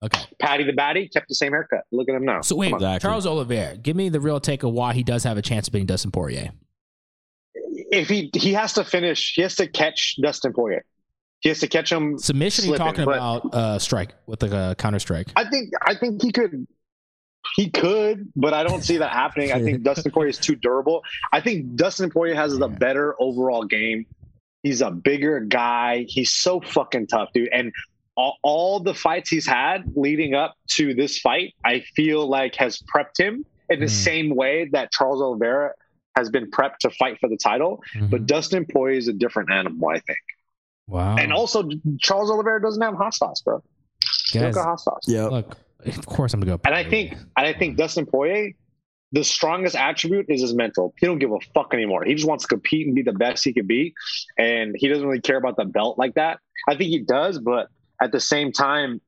Okay.
Patty the Batty kept the same haircut. Look at him now.
So wait,
Come on.
Exactly.
Charles Oliveira, give me the real take of why he does have a chance of beating Dustin Poirier.
if he he has to finish, he has to catch Dustin Poirier. He has to catch him.
Submission, you're
Slipping,
talking
but-
about uh, strike with the uh, counter strike.
I think I think he could. He could, but I don't see that happening. I think Dustin Poirier is too durable. I think Dustin Poirier has the better overall game. He's a bigger guy. He's so fucking tough, dude. And all, all the fights he's had leading up to this fight, I feel like has prepped him in the
Mm.
same way that Charles Oliveira has been prepped to fight for the title.
Hmm.
But Dustin Poirier is a different animal, I think.
Mm-hmm. wow, Oh.
And also, Charles Oliveira doesn't have hot sauce, bro. He don't
guys,
got hot sauce.
yeah.
look, Of course, I'm gonna go.
And I think and I think Dustin Poirier, the strongest attribute is his mental. He don't give a fuck anymore. He just wants to compete and be the best he can be, and he doesn't really care about the belt like that. I think he does, but at the same time,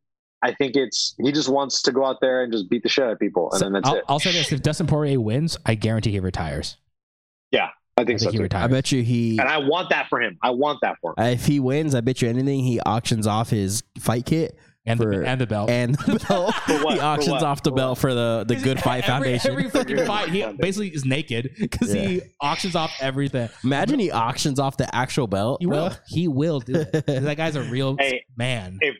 I think it's he just wants to go out there and just beat the shit out of people, and
So
then that's
I'll,
it.
I'll say this: if Dustin Poirier wins, I guarantee he retires.
I
I
think
think
so.
he
too.
retires.
I bet you he. uh,
And I want that for him. I want that for him.
If he wins, I bet you anything he auctions off his fight kit
and,
for-
the, and the belt.
and the belt.
what?
he
For
auctions
what?
off the
For what?
belt for the the Good Fight
every,
Foundation.
Every fucking
Good
fight, he
Fight
basically is naked because he auctions off everything.
Imagine he auctions off the actual belt.
He will. He will do it. That guy's a real
Hey,
man.
hey,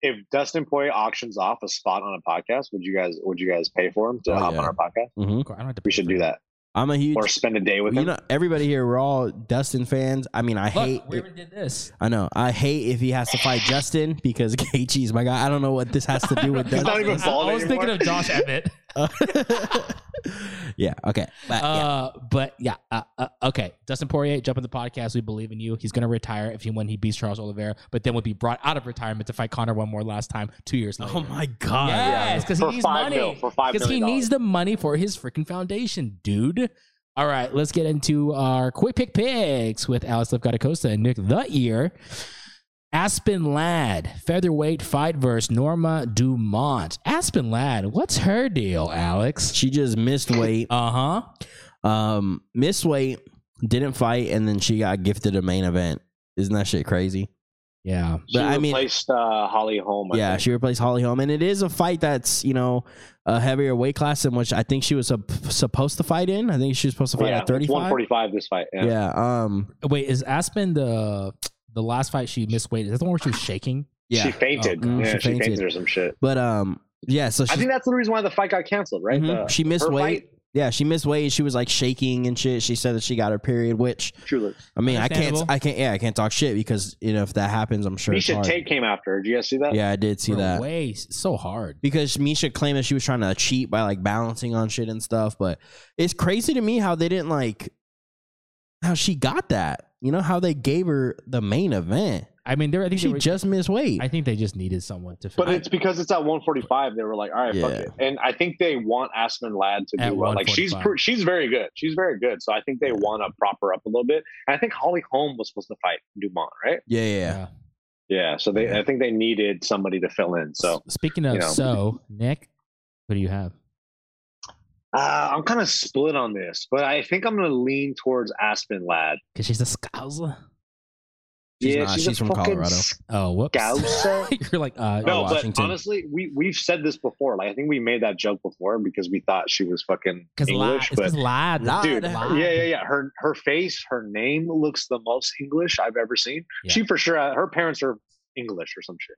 If Dustin Poirier auctions off a spot on a podcast, would you guys would you guys pay for him to
Oh,
hop
yeah.
on our podcast?
Mhm.
I don't have to
We should do that,
I'm a huge.
or spend a day with
You
him.
know, everybody here we're all Dustin fans. I mean, I
Look,
hate.
we even did this.
I know. I hate if he has to fight Justin because Gaethje's my guy. I don't know what this has to do with
He's not
Dustin.
even
I, I
bald
was thinking of Josh Emmett.
yeah. Okay. But, yeah.
Uh, but yeah, uh, uh, okay. Dustin Poirier, jump in the podcast. We believe in you. He's going to retire if he when he beats Charles Oliveira, but then would be brought out of retirement to fight Connor one more last time two years later.
Oh my god.
Yes, because
For
he needs
five
money.
mil, for five
because he
million
needs the money for his freaking foundation, dude. All right, let's get into our quick pick picks with Alex Lefkadacosta and Nick the Ear. Aspen Ladd, featherweight fight versus Norma Dumont. Aspen Ladd, what's her deal, Alex?
She just missed weight.
Uh huh.
Um, missed weight, didn't fight, and then she got gifted a main event. Isn't that shit crazy?
Yeah.
She
But I mean,
replaced uh, Holly Holm. I
yeah,
think.
she replaced Holly Holm, and it is a fight that's you know a heavier weight class in which I think she was sup- supposed to fight in. I think she was supposed to fight
yeah,
at thirty
One
five.
forty-five. This fight. Yeah.
Yeah. Um.
Wait, is Aspen the the last fight she missed weight? Is that the one where she was shaking?
Yeah.
She fainted.
Oh,
yeah,
mm, she
she fainted.
fainted.
or some shit.
but um. Yeah. So
I
she.
think that's the reason why the fight got canceled, right?
mhm,
The-
she missed
her
weight. Yeah, she missed weight. She was like shaking and shit. She said that she got her period, which
fight, True.
I mean, I can't,
Understandable.
I can't, yeah, I can't talk shit because you know if that happens, I'm sure. it's
Misha
hard.
Tate came after her. Did you guys see that?
Yeah, I did see
Her
that.
Way so hard.
because Misha claimed that she was trying to cheat by like balancing on shit and stuff. But it's crazy to me how they didn't like how she got that. You know how they gave her the main event.
I mean, there. I think they
She
were-
just missed weight.
I think they just needed someone to.
But it's because it's at 145. They were like, all right, fuck
Yeah.
it. And I think they want Aspen Ladd to
At
do well. Like she's
145.
pr- she's very good. She's very good. So I think they want to prop her up a little bit. And I think Holly Holm was supposed to fight Dumont, right?
yeah, yeah, yeah.
Yeah.
Yeah. So they I think they needed somebody to fill in. So
S- speaking of
you know.
so, Nick, who do you have?
uh, I'm kind of split on this, but I think I'm going to lean towards Aspen Ladd.
Because she's a scouser.
She's
yeah,
not.
she's,
She's
a
from
fucking
Colorado.
Oh, whoops.
Scouser?
You're like, uh,
no, but
Washington.
honestly, we we've said this before. Like I think we made that joke before because we thought she was fucking
because lied.
English,
It's because
but
lied.
Lied.
dude,
Lied.
yeah, yeah, yeah. Her her face, her name looks the most English I've ever seen.
Yeah.
She for sure. uh, Her parents are English or some shit.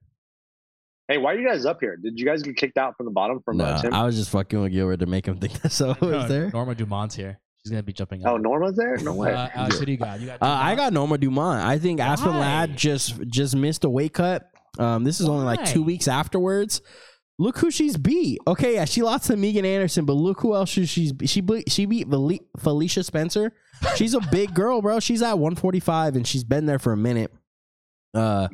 Hey, why are you guys up here? Did you guys get kicked out from the bottom from
No,
uh, Tim?
I was just fucking with Gilbert to make him think that's so.
No,
Was there?
Norma Dumont's here. She's gonna be jumping.
oh,
up.
Norma's there? No way.
Uh, Alex, who do you got? You got.
Uh, I
Dumont?
got Norma Dumont. I think Aspen
Why?
Ladd just just missed a weight cut. Um, this is only like two
Why?
weeks afterwards. Look who she's beat. Okay, yeah, she lost to Megan Anderson, but look who else she- she's she beat. She beat Fel- Felicia Spencer. She's a big girl, bro. She's at 145 and she's been there for a minute. Uh,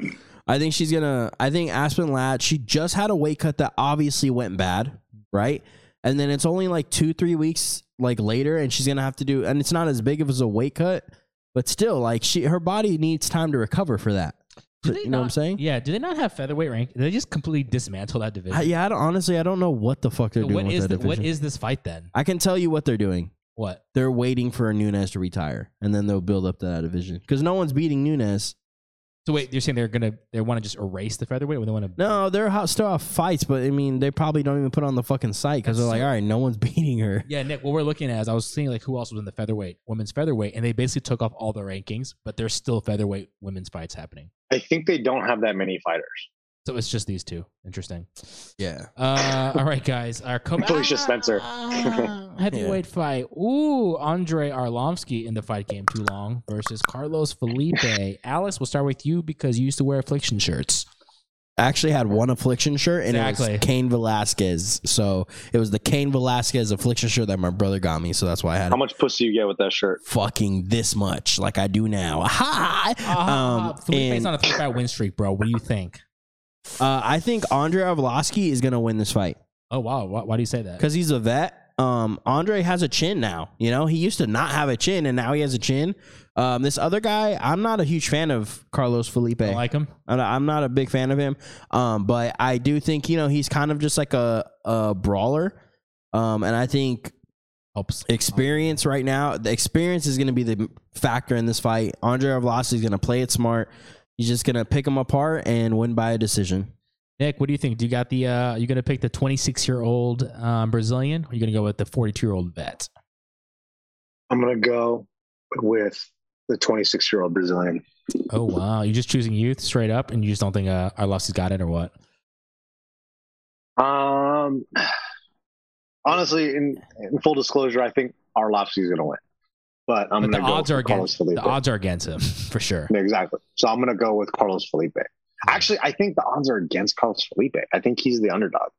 I think she's gonna. I think Aspen Ladd. She just had a weight cut that obviously went bad, right? And then it's only like two, three weeks like later, and she's gonna have to do. And it's not as big of as a weight cut, but still, like she, her body needs time to recover for that.
Do
You
they
know what I'm
not-
saying?
Yeah. Do they not have featherweight rank? They just completely dismantle that division.
I, yeah, I don't, honestly, I don't know what the fuck they're
So
doing
what
with
is
that
the,
division.
what is this fight then?
I can tell you what they're doing.
What?
They're waiting for Nunes to retire, and then they'll build up that division because no one's beating Nunes.
So wait, you're saying they're gonna they want to just erase the featherweight? Or they want to
No, they're hot, still off fights, but I mean, they probably don't even put on the fucking site because they're
That's
like,
so-
all right, no one's beating her.
Yeah, Nick. What we're looking at is I was seeing like who else was in the featherweight women's featherweight, and they basically took off all the rankings, but there's still featherweight women's fights happening.
I think they don't have that many fighters.
So it's just these two. Interesting.
Yeah.
Uh, all right, guys. Our co-
Felicia Spencer.
Ah, heavyweight fight. Ooh, Andre Arlovsky in the fight game too long versus Carlos Felipe. Alice, we'll start with you because you used to wear affliction shirts.
actually had one affliction shirt and it
Exactly.
was Kane Velasquez. So it was the Kane Velasquez affliction shirt that my brother got me. So that's why I had
How much pussy you get with that shirt?
fucking this much like I do now. Hi.
Ah,
um,
Felipe's
and,
on a three fight win streak, bro. What do you think?
uh, I think Andre Arlovsky is going to win this fight.
Oh wow, why, why do you say that?
because he's a vet. Um, Andre has a chin now. You know, he used to not have a chin, and now he has a chin. Um, this other guy, I'm not a huge fan of Carlos Felipe.
I like him.
I'm not, I'm not a big fan of him, um, but I do think you know he's kind of just like a a brawler, um, and I think
Helps.
experience right now. The experience is going to be the factor in this fight. Andre Arlovsky is going to play it smart. He's just going to pick him apart and win by a decision.
Nick, what do you think? Do you got the? Uh, are you going to pick the 26 year old um, Brazilian? Or are you going to go with the 42 year old vet?
I'm gonna go with the 26 year old Brazilian.
Oh wow, you're just choosing youth straight up, and you just don't think uh, Arlovski's got it or what?
Um, honestly, in, in full disclosure, I think Arlovsky is gonna win, but I'm
but the
gonna go
odds are
with Carlos
against
Felipe.
the odds are against him for sure.
Yeah, exactly. So I'm gonna go with Carlos Felipe.
Hmm.
Actually, I think the odds are against Carlos Felipe. I think he's the underdog.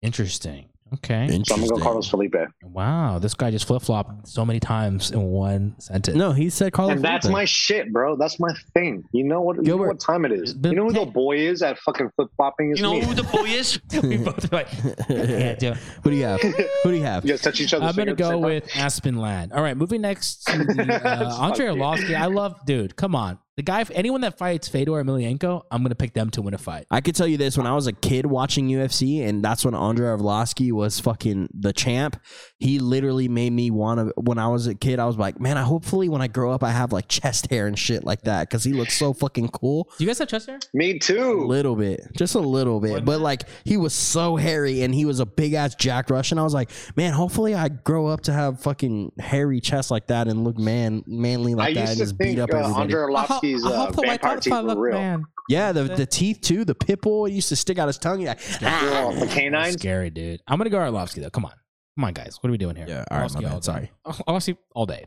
Interesting. Okay.
So I'm
Interesting.
gonna go Carlos Felipe.
Wow, this guy just flip flopped so many times in one sentence.
No, he said Carlos.
And that's
Felipe.
my shit, bro. That's my thing. You know what? you know
Gilbert,
what time it is.
but-
You know who the boy is at fucking flip flopping is me.
the boy is?
we both are like, yeah, do it.
Who do you have? Who do you have?
you guys touch each other.
I'm gonna go with Aspen Land. All right, moving next to the, uh,
Fuck
Andre
you.
Arlovsky. I love, dude. Come on, the guy. Anyone that fights Fedor Emelianenko, I'm gonna pick them to win a fight.
I could tell you this when I was a kid watching UFC, and that's when Andre Arlovsky was fucking the champ. He literally made me want to. When I was a kid, I was like, man, I hopefully when I grow up, I have like chest hair and shit like that because he looks so fucking cool.
Do you guys have chest hair?
me
A
too.
little bit, just a little bit, but like he was so hairy and he was a big ass Jack Russian. I was like, man, hopefully I grow up to have fucking hairy chest like that and look man manly
I
like that
used
and
to
just beat
think
up
uh,
everybody.
Andre
Uh-huh,
Arlovsky's uh, vampire teeth were real.
yeah, the the teeth too, the pit bull he used to stick out his tongue. You're like, "Ah."
Girl, the canines.
Scary, dude. I'm gonna go Arlovsky though. Come on, come on, guys. What are we doing here?
Yeah, all right, my
Arlovsky
bad,
all day.
sorry.
Arlovsky all day.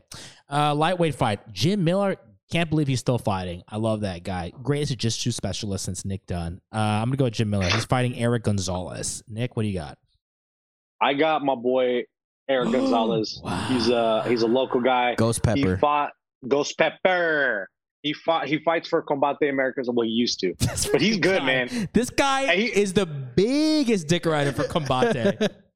Uh, lightweight fight. Jim Miller. Can't believe he's still fighting. I love that guy. Greatest jiu-jitsu specialist since Nick Dunn. Uh, I'm gonna go with Jim Miller. He's fighting Eric Gonzalez. Nick, what do you got?
I got my boy Eric Gonzalez.
Wow.
He's a he's a local guy.
Ghost
He
Pepper.
fought Ghost Pepper. He fought. He fights for Combate Americas. Well, he used to. But he's good,
guy-
man.
This guy
And he-
is the biggest dick rider for Combate.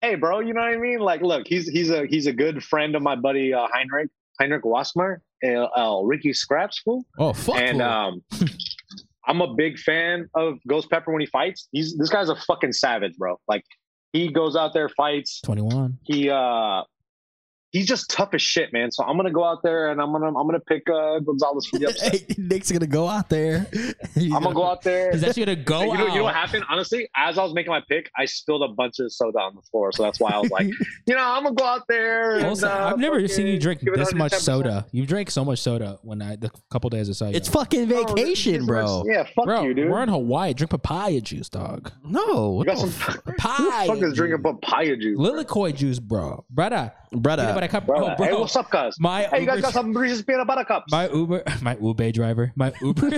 Hey, bro, you know what I mean? Like, look, he's he's a he's a good friend of my buddy uh, Heinrich Heinrich Wasmer, uh, uh, Ricky Scraps fool.
oh fuck!
and um, I'm a big fan of Ghost Pepper when he fights. He's this guy's a fucking savage, bro. Like, he goes out there fights.
21.
he uh he's just tough as shit, man. So I'm gonna go out there and I'm gonna I'm gonna pick uh, Gonzalez for the upset.
hey, Nick's gonna go out there.
I'm gonna go out there.
He's actually going to go
Hey, you, know,
out.
you know what happened? Honestly, as I was making my pick, I spilled a bunch of soda on the floor, so that's why I was like, you know, I'm gonna go out there. And,
also,
uh,
I've never
fucking
seen you drink
give it
this much
110%.
soda. You drank so much soda when I the couple days I saw you.
It's fucking
Oh, this-
vacation,
this
bro.
much- Yeah, fuck
bro.
you, dude.
We're in Hawaii. Drink papaya juice, dog.
No,
you
what
got
the
some
f-
who the
Papaya.
fuck is drinking
juice.
papaya juice?
Lilikoi juice, bro. Brother. You know what I
brother?
cup-
Bro,
oh, bro.
Hey, what's up, guys?
My
Hey, you guys
Uber-
got some breezes peanut butter cups?
my Uber, my Uber driver, my Uber.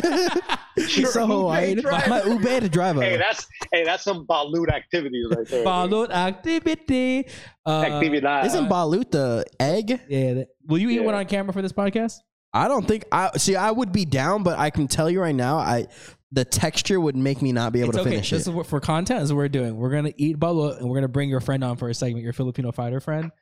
He's so Hawaiian. My Uber to drive
hey,
up.
that's hey, that's some balut activities right there.
Followed activity. Uh,
Actividad.
Isn't Balut the egg?
Yeah. That, will you eat
Yeah.
one on camera for this podcast?
I don't think I see. I would be down, but I can tell you right now, I the texture would make me not be able
It's
to
okay.
finish
This is
it.
what for content is what we're doing. We're gonna eat balo and we're gonna bring your friend on for a segment, your Filipino fighter friend.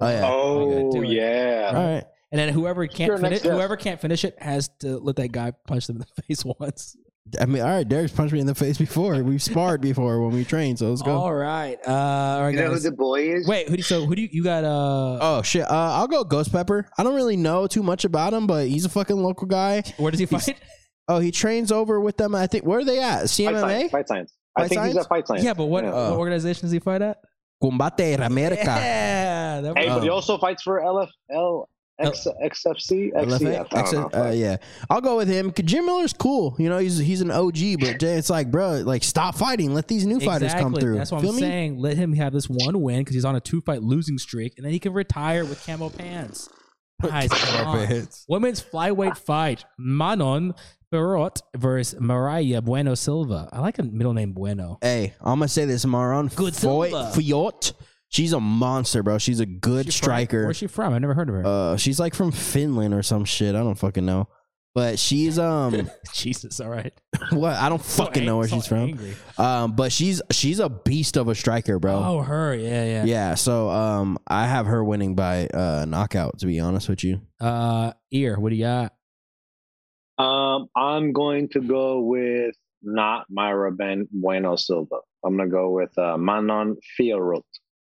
Oh yeah.
Oh,
Oh
good, do it.
yeah.
All right.
And then whoever can't
Sure,
finish
next guest.
whoever can't finish it has to let that guy punch them in the face once.
I mean, all right. Derek's punched me in the face before. We've sparred before when we trained, so let's go.
All right. Uh all right,
You know who
guys.
the boy is?
Wait, who do so who do you you got uh
Oh shit! Uh, I'll go Ghost Pepper. I don't really know too much about him, but he's a fucking local guy.
where does he fight?
Oh, he trains over with them. I think where are they
fight
at?
science.
CMMA.
Fight science. I
Fight
think he's
science?
at fight science.
Yeah, but what,
Yeah.
uh,
what organization does he fight at?
Combate America.
Yeah, that
hey,
was-
but he also fights for LF, L, X, XFC, XCF.
LFA?
I don't
Ex- uh,
know.
yeah, I'll go with him. 'Cause Jim Miller's cool. You know, he's he's an OG, but it's like, bro, like stop fighting. Let these new fighters come through.
That's what
Feel
I'm
me?
saying. Let him have this one win because he's on a two fight losing streak, and then he can retire with camo pants. Guys, come on. Women's flyweight fight: Manon Perrot versus Mariah Bueno Silva. I like a middle name Bueno.
Hey, I'm gonna say this, Maron.
Good
Foy-
Silva.
Fiot. She's a monster, bro. She's a good
She from-
striker.
Where's she from? I've never heard of her.
uh, she's like from Finland or some shit. I don't fucking know. But she's um
Jesus, all right.
what I don't
So
fucking
ang-
know where
so
she's from.
angry.
Um, but she's she's a beast of a striker, bro.
Oh, her. Yeah, yeah.
Yeah, so um, I have her winning by uh knockout. To be honest with you,
Uh, ear. What do you got?
Um, I'm going to go with not Myra Ben Bueno Silva. I'm gonna go with uh, Manon Fiorot.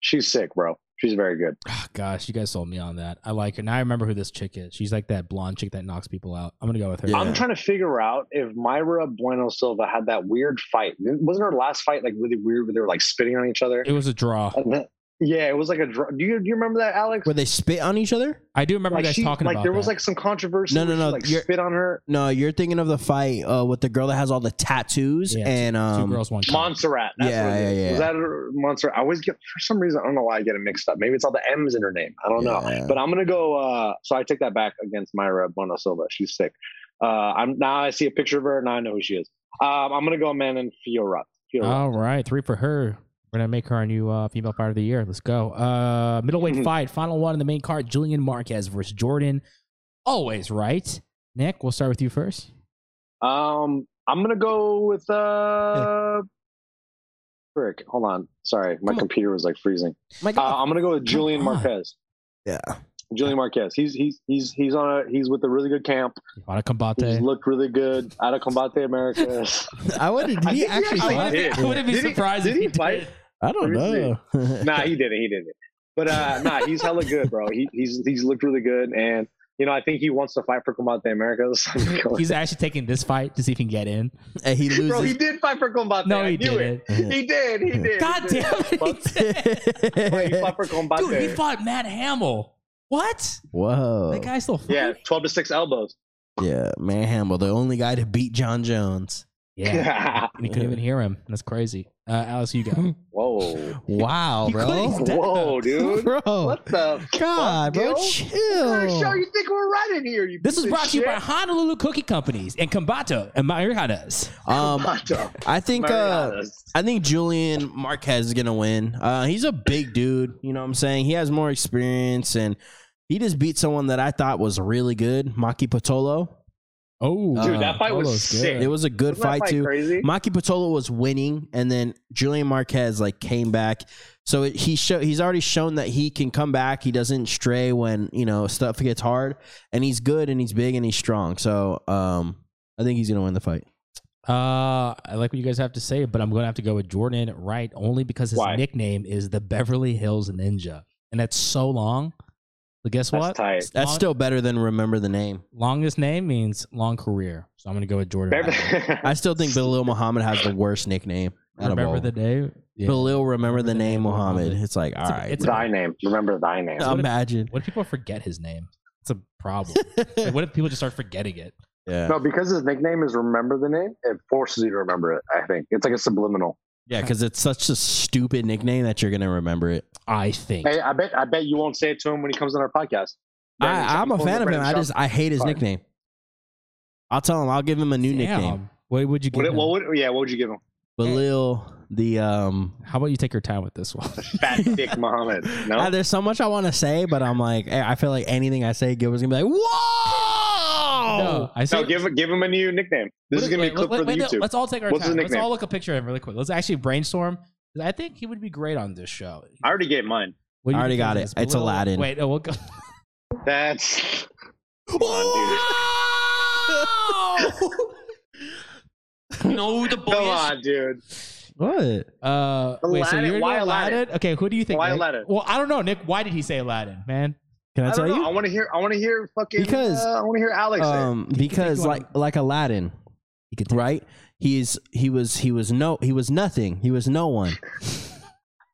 She's sick, bro. She's very good.
Oh, gosh, you guys sold me on that. I like her. Now I remember who this chick is. She's like that blonde chick that knocks people out. I'm gonna go with her.
Yeah.
I'm trying to figure out if Myra Bueno Silva had that weird fight. Wasn't her last fight like really weird where they were like spitting on each other?
It was a draw.
And then- yeah, it was like a. dr- Do you do you remember that, Alex?
where they spit on each other.
I do remember you guys
she-
talking
like
about
there was
that.
like some controversy.
No, no,
where she,
no,
Like
you're-
spit on her,
No, you're thinking of the fight uh with the girl that has all the tattoos
Yeah,
and
two
um.
girls, one. cup.
Montserrat. That's
Yeah,
what it is.
yeah, yeah.
Was that her- Montserrat? I always get for some reason I don't know why I get it mixed up. Maybe it's all the M's in her name. I don't know.
Yeah.
But I'm gonna go. uh So I take that back against Myra Bueno Silva. She's sick. Uh I'm now I see a picture of her. Now I know who she is. Um, I'm gonna go Manon Fiorot. Fiorot.
All right, three for her. We're gonna make her our new uh, female fighter of the year. Let's go. Uh,
Mm-hmm.
middleweight fight, final one in the main card: Julian Marquez versus Jordan. Always right. Nick, we'll start with you first.
Um, I'm gonna go with uh. Frick, hold on. Sorry, my
Come on.
computer was like freezing.
My
Uh,
God.
I'm gonna go with Julian
on.
Marquez.
yeah.
Julian Marquez. He's he's he's he's on a he's with a really good camp.
Ivana Combate.
He's looked really good. Out of Combate Americas.
I would. Did he
think he
actually?
actually
fight?
did.
I wouldn't be
Did he-
surprised
did
if
he
he did.
fight?
I don't
Let me
know.
nah, he didn't. He didn't. But uh, nah, he's hella good, bro. He, he's he's looked really good, and you know I think he wants to fight for Combate Americas.
He's actually taking this fight to see if he can get in.
and he loses.
bro, he did fight for Combate.
No,
I
he
knew
didn't.
It. He did. He did.
God
he did.
damn it! he
Fuck.
did.
Bro, he fought for Combate.
Dude, he fought Matt Hamill. What?
Whoa.
That guy's still fighting?
Oh. yeah, twelve to six elbows.
Yeah, man, Hamill, the only guy to beat John Jones.
Yeah. and he couldn't even hear him. That's crazy. Uh, Alex, you got.
Whoa.
Wow,
He
bro.
couldn't-
Whoa, dude.
Bro.
What the fuck,
God, bro,
yo? What kind of show
chill.
you think we're running here? You
This was
piece of
brought to you by
shit?
Honolulu Cookie Companies and Combato and Marianas.
Um,
Combate.
I think uh,
Marianas.
I think Julian Marquez is gonna win. Uh, he's a big dude. You know what I'm saying? He has more experience, and he just beat someone that I thought was really good, Maki Patolo.
Oh,
Dude, that
fight was sick.
It was a good
Wasn't that
fight too.
Crazy.
Maki Patolo was winning, and then Julian Marquez like came back. So it, he show he's already shown that he can come back. He doesn't stray when you know stuff gets hard, and he's good and he's big and he's strong. So um, I think he's gonna win the fight.
Uh, I like what you guys have to say, but I'm going to have to go with Jordan Wright only because his
Why?
nickname is the Beverly Hills Ninja, and that's so long. But guess
That's
what?
tight.
That's
Long-
still better than remember the name.
longest name means long career. So I'm going to go with Jordan.
Beverly-
Wright.
I still think Bilal Muhammad has the worst nickname. out of
Remember
all.
the day? Yeah.
Bilal, remember the
the
name
name
Muhammad.
Muhammad.
It's like all
a-
right.
it's a-
thy name. Remember thy name.
Oh,
what if-
Imagine.
What if people forget his name? It's a problem. Like, what if people just start forgetting it?
Yeah,
No, because his nickname is Remember the Name, it forces you to remember it, I think. It's like a subliminal.
yeah, because it's such a stupid nickname that you're gonna remember it.
I think.
Hey, I bet I bet you won't say it to him when he comes on our podcast. Brandon Sharp,
I, I'm a
pulling the
fan of him.
Brandon
I
Sharp.
just I hate his
card.
nickname. I'll tell him. I'll give him a new nickname.
Damn. What would you give?
What,
him?
what would, yeah, what would you give him?
Belil the um.
How about you take your time with this one?
Fat Dick Muhammad.
ah,
No?
there's so much I want to say, but I'm like, eh, I feel like anything I say, Gilbert's gonna be like, whoa.
No, I
No, give give him a new nickname. This
What
is
if-
gonna be a
wait,
clip
let-
for the
wait, no,
YouTube.
Let's all take our
What's his
time. Let's
nickname?
all look a picture of him really quick. Let's actually brainstorm. 'cause I think he would be great on this show.
I already gave mine.
What do
I
you
already
think
got
his
it.
is?
It's
Blue-
Aladdin.
Wait, no, we'll go.
That's Come on,
Oh,
dude.
No, the boy
Come on, dude.
What?
Uh, wait, so
Aladdin?
you're
Why
going
Aladdin?
Okay, who do you think?
Why
Nick?
Aladdin?
Well, I don't know, Nick. Why did he say Aladdin, man?
Can I,
I
tell
don't know. I
you?
want to hear. I want to hear fucking.
Because,
uh, I want to hear Alex. say it.
Um, because
you
like like Aladdin, right? He's he was he was no he was nothing. He was no one.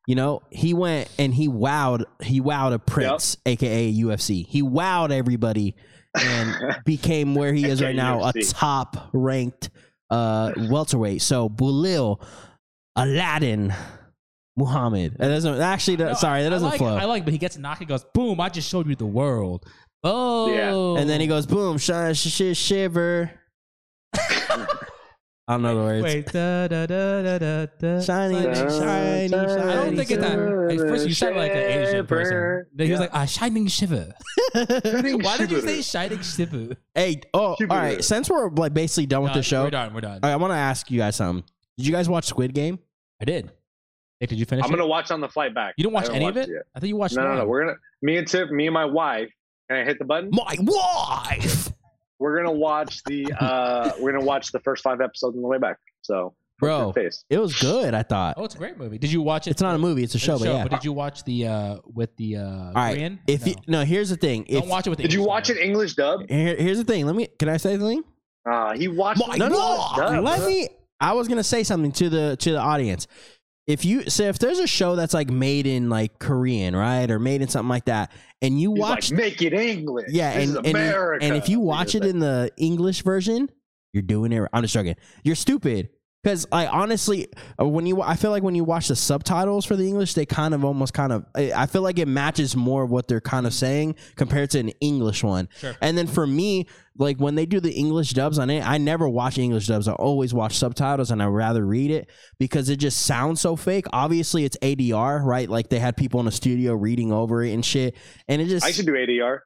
you know, he went and he wowed he wowed a prince, aka UFC. He wowed everybody and became where he is right now, a
UFC.
top ranked uh welterweight. So Bulil, Aladdin, Muhammad. That doesn't actually. that-
No,
sorry, that
I
doesn't
like,
flow.
I like, but he gets knocked and goes, boom, I just showed you the world. Oh.
and then he goes boom, shine, sh- sh- shiver. I don't know the words.
Wait, da, da, da, da, da, da.
Shiny,
Shiny.
shiny, shiny,
I don't think it's that. At first, you sound like an Asian person.
Shiver.
Then he was
Yeah.
like, ah, shining shiver.
Shining
Why did you
shiver.
say shining shiver?
Hey, oh, all
Keep it
right.
real.
Since we're like basically done with
Done.
the show,
We're done. We're done.
all right, I want to ask you guys something. Did you guys watch Squid Game?
I did. Nick, did you finish
I'm
it?
gonna watch on the flight back.
You didn't
I
watch
haven't
any of
watched
it?
yet.
I thought you watched
No, no, no.
one.
We're gonna me and Tiff, me and my wife. Can I hit the button?
My wife,
We're gonna watch the uh we're gonna watch the first five episodes on the way back. So
bro.
your face.
It was good. I thought
Oh, it's a great movie. Did you watch it?
it's not a movie; it's a
It's
show. but yeah,
did you watch the uh with the uh
right.
Korean?
if
no.
you no, here's the thing. If,
don't watch it with the
Did you
English
watch
dub.
it English dub?
Here, here's the thing. Let me. Can I say something?
Uh he watched it
no,
English
no,
dub.
Let me. I was gonna say something to the to the audience. If you say if there's a show that's like made in like Korean, right, or made in something like that, and you
He's
watch,
like, make it English.
yeah,
this
and
is
and,
America.
and if you watch it in the English version, you're doing it. I'm just joking. You're stupid. Because I honestly, uh, when you, I feel like when you watch the subtitles for the English, they kind of almost kind of, I I feel like it matches more of what they're kind of saying compared to an English one.
Sure.
And then for me, like when they do the English dubs on it, I never watch English dubs. I always watch subtitles and I rather read it because it just sounds so fake. Obviously, it's ADR, right? Like they had people in the studio reading over it and shit. And it just,
I should do ADR.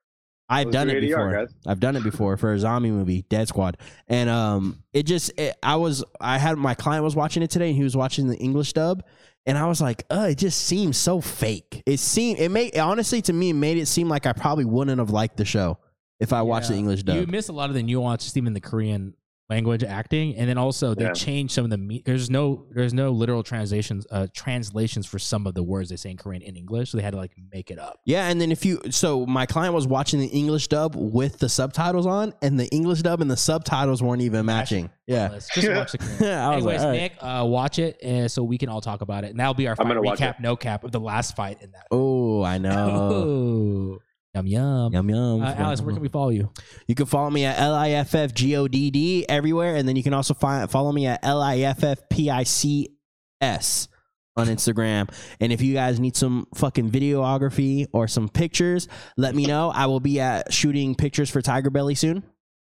I've
Let's
done
do
it
ADR,
before.
guys.
I've done it before for a zombie movie, Dead Squad, and um, it just it, I was I had my client was watching it today, and he was watching the English dub, and I was like, uh, it just seems so fake. It seemed it made honestly to me it made it seem like I probably wouldn't have liked the show if I watched the
Yeah.
English dub.
You miss a lot of the nuance even in the Korean language acting, and then also they
Yeah.
change some of the me- there's no there's no literal translations uh translations for some of the words they say in Korean in English, so they had to like make it up.
Yeah, and then if you so my client was watching the English dub with the subtitles on, and the English dub and the subtitles weren't even matching. Yeah,
Let's just watch the Korean.
I was
Anyways,
like, all right.
Nick, uh, watch it uh, so we can all talk about it. And that'll be our
I'm
fight
gonna watch
recap, no cap of the last fight in that.
oh, I know.
Oh, yum yum.
Yum yum.
Uh, Alex, where can we follow you?
You can follow me at L I F F G O D D everywhere, and then you can also find follow me at L I F F P I C S on Instagram. And if you guys need some fucking videography or some pictures, let me know. I will be at shooting pictures for Tiger Belly soon.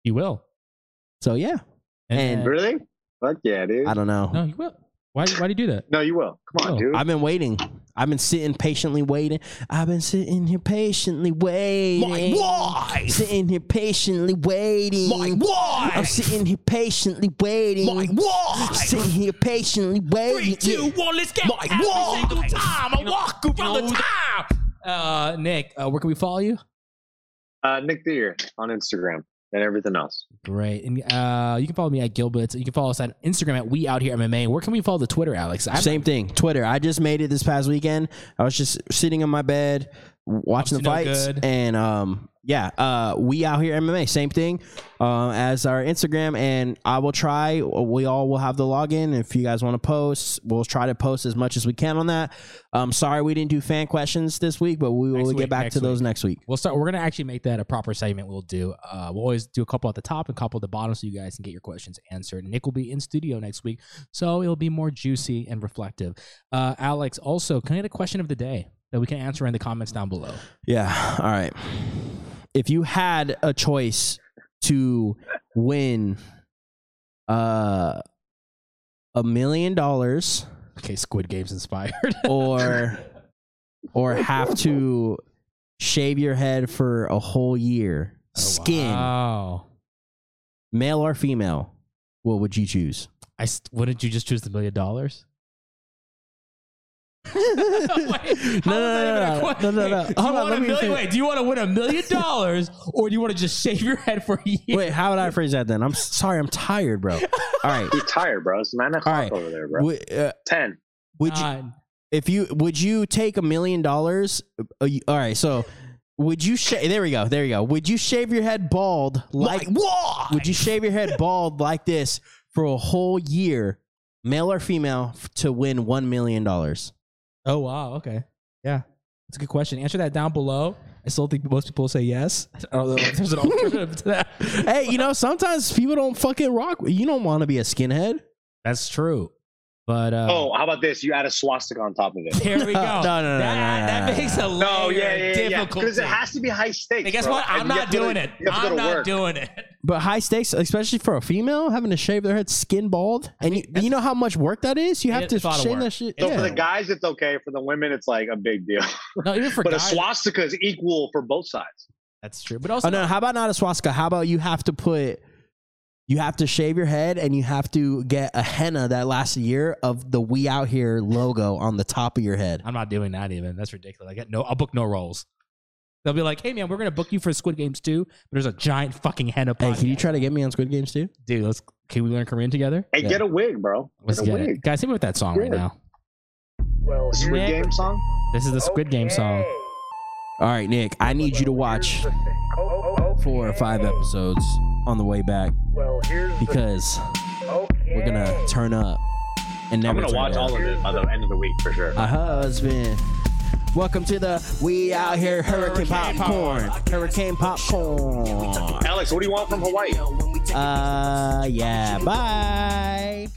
You will.
So yeah, And-
Really? Fuck yeah, dude.
I don't know.
no, you will. Why? Why do you do that?
No, you will. Come on,
Oh,
dude.
I've been waiting. I've been sitting patiently waiting. I've been sitting here patiently waiting.
My
wife. Sitting here patiently waiting. My wife. I'm sitting here patiently waiting. My wife. Sitting here patiently waiting.
one, let's go. My Every single time I walk around the time. Uh, Nick, uh, where can we follow you?
Uh, Nick Deer on Instagram and everything else.
Great, and uh, you can follow me at Gilbert. You can follow us on Instagram at We Out Here MMA. Where can we follow the Twitter, Alex? I'm
Same thing. Twitter. I just made it this past weekend. I was just sitting in my bed watching
Up
the
to no
fights
good.
and um yeah, uh we out here MMA, same thing uh, as our Instagram and I will try we all will have the login if you guys want to post. We'll try to post as much as we can on that. Um sorry we didn't do fan questions this week, but we will
Next
get
week,
back
next
to those next week.
We'll start. We're gonna actually make that a proper segment. We'll do. Uh, we'll always do a couple at the top and a couple at the bottom, so you guys can get your questions answered. Nick will be in studio next week, so it'll be more juicy and reflective. Uh, Alex, also, can I get a question of the day that we can answer in the comments down below?
Yeah. All right. If you had a choice to win uh a million dollars
Okay, Squid Game's inspired.
or or have to shave your head for a whole year, skin,
Wow.
male or female, what would you choose?
I st- wouldn't you just choose the million dollars?
no,
Wait, how is that even a
no, no, no,
question?
no, no.
Do you
Hold on,
want
let
a
me
million-
rephrase-
wait, do you want to win a million dollars or do you want to just shave your head for a year?
Wait, how would I phrase that then? I'm s- sorry, I'm tired, bro. All right.
You're tired, bro. It's nine o'clock
right.
over there, bro.
Would, uh,
Ten.
would you
God.
if you would you take a million dollars? uh, you- All right, so would you shave? There we go. There we go. Would you shave your head bald like what? Would you shave your head bald like this for a whole year, male or female, f- to win one million dollars?
Oh wow, okay. Yeah. That's a good question. Answer that down below. I still think most people say yes. I don't know if there's an alternative to that.
Hey, you know sometimes people don't fucking rock. You don't want to be a skinhead.
That's true. But uh,
oh, how about this? You add a swastika on top of it.
there we go.
No, no, no, no,
that,
no, no,
that
no, no.
makes a layer
No, yeah, yeah, yeah, yeah.
difficult.
Because it has to be high stakes.
and guess
bro.
what?
And
I'm
you
not
have to
doing
go to-
it.
You have to go
I'm
to
not
work.
doing it.
But high stakes, especially for a female, having to shave their head skin bald, and you, you know how much work that is. You
It
have
is
to
a lot of
shave
work.
that shit.
So for
Yeah.
the guys, it's okay. For the women, it's like a big deal.
No, even for
But a
guys,
swastika is equal for both sides.
that's true. But also,
Oh no! How about not a swastika? How about you have to put, you have to shave your head, and you have to get a henna that lasts a year of the "We Out Here" logo on the top of your head.
I'm not doing that even. That's ridiculous. I get no. I'll book no roles. They'll be like, "Hey man, we're gonna book you for Squid Games too." But there's a giant fucking henna.
Hey, can you
podcast."
try to get me on Squid Games too?
dude? Let's can we learn Korean together?
Hey,
Yeah.
get a wig, bro.
Let's
a
get
wig.
it, guys. Hit me with that song right
Good.
now.
Well,
Squid
here's
Game
the-
song.
This is the Squid Game song.
Okay.
All right, Nick, I need you to
Well,
watch
here's the thing. Oh, oh, okay.
four or five episodes on the way back
Well, here's the-
because
okay.
we're gonna turn up and
I'm
never
gonna
turn
watch
down.
all of it by the end of the week for sure.
a husband. Welcome to the We Out Here Hurricane Popcorn. Hurricane Popcorn.
Alex, what do you want from Hawaii?
Uh, yeah, bye.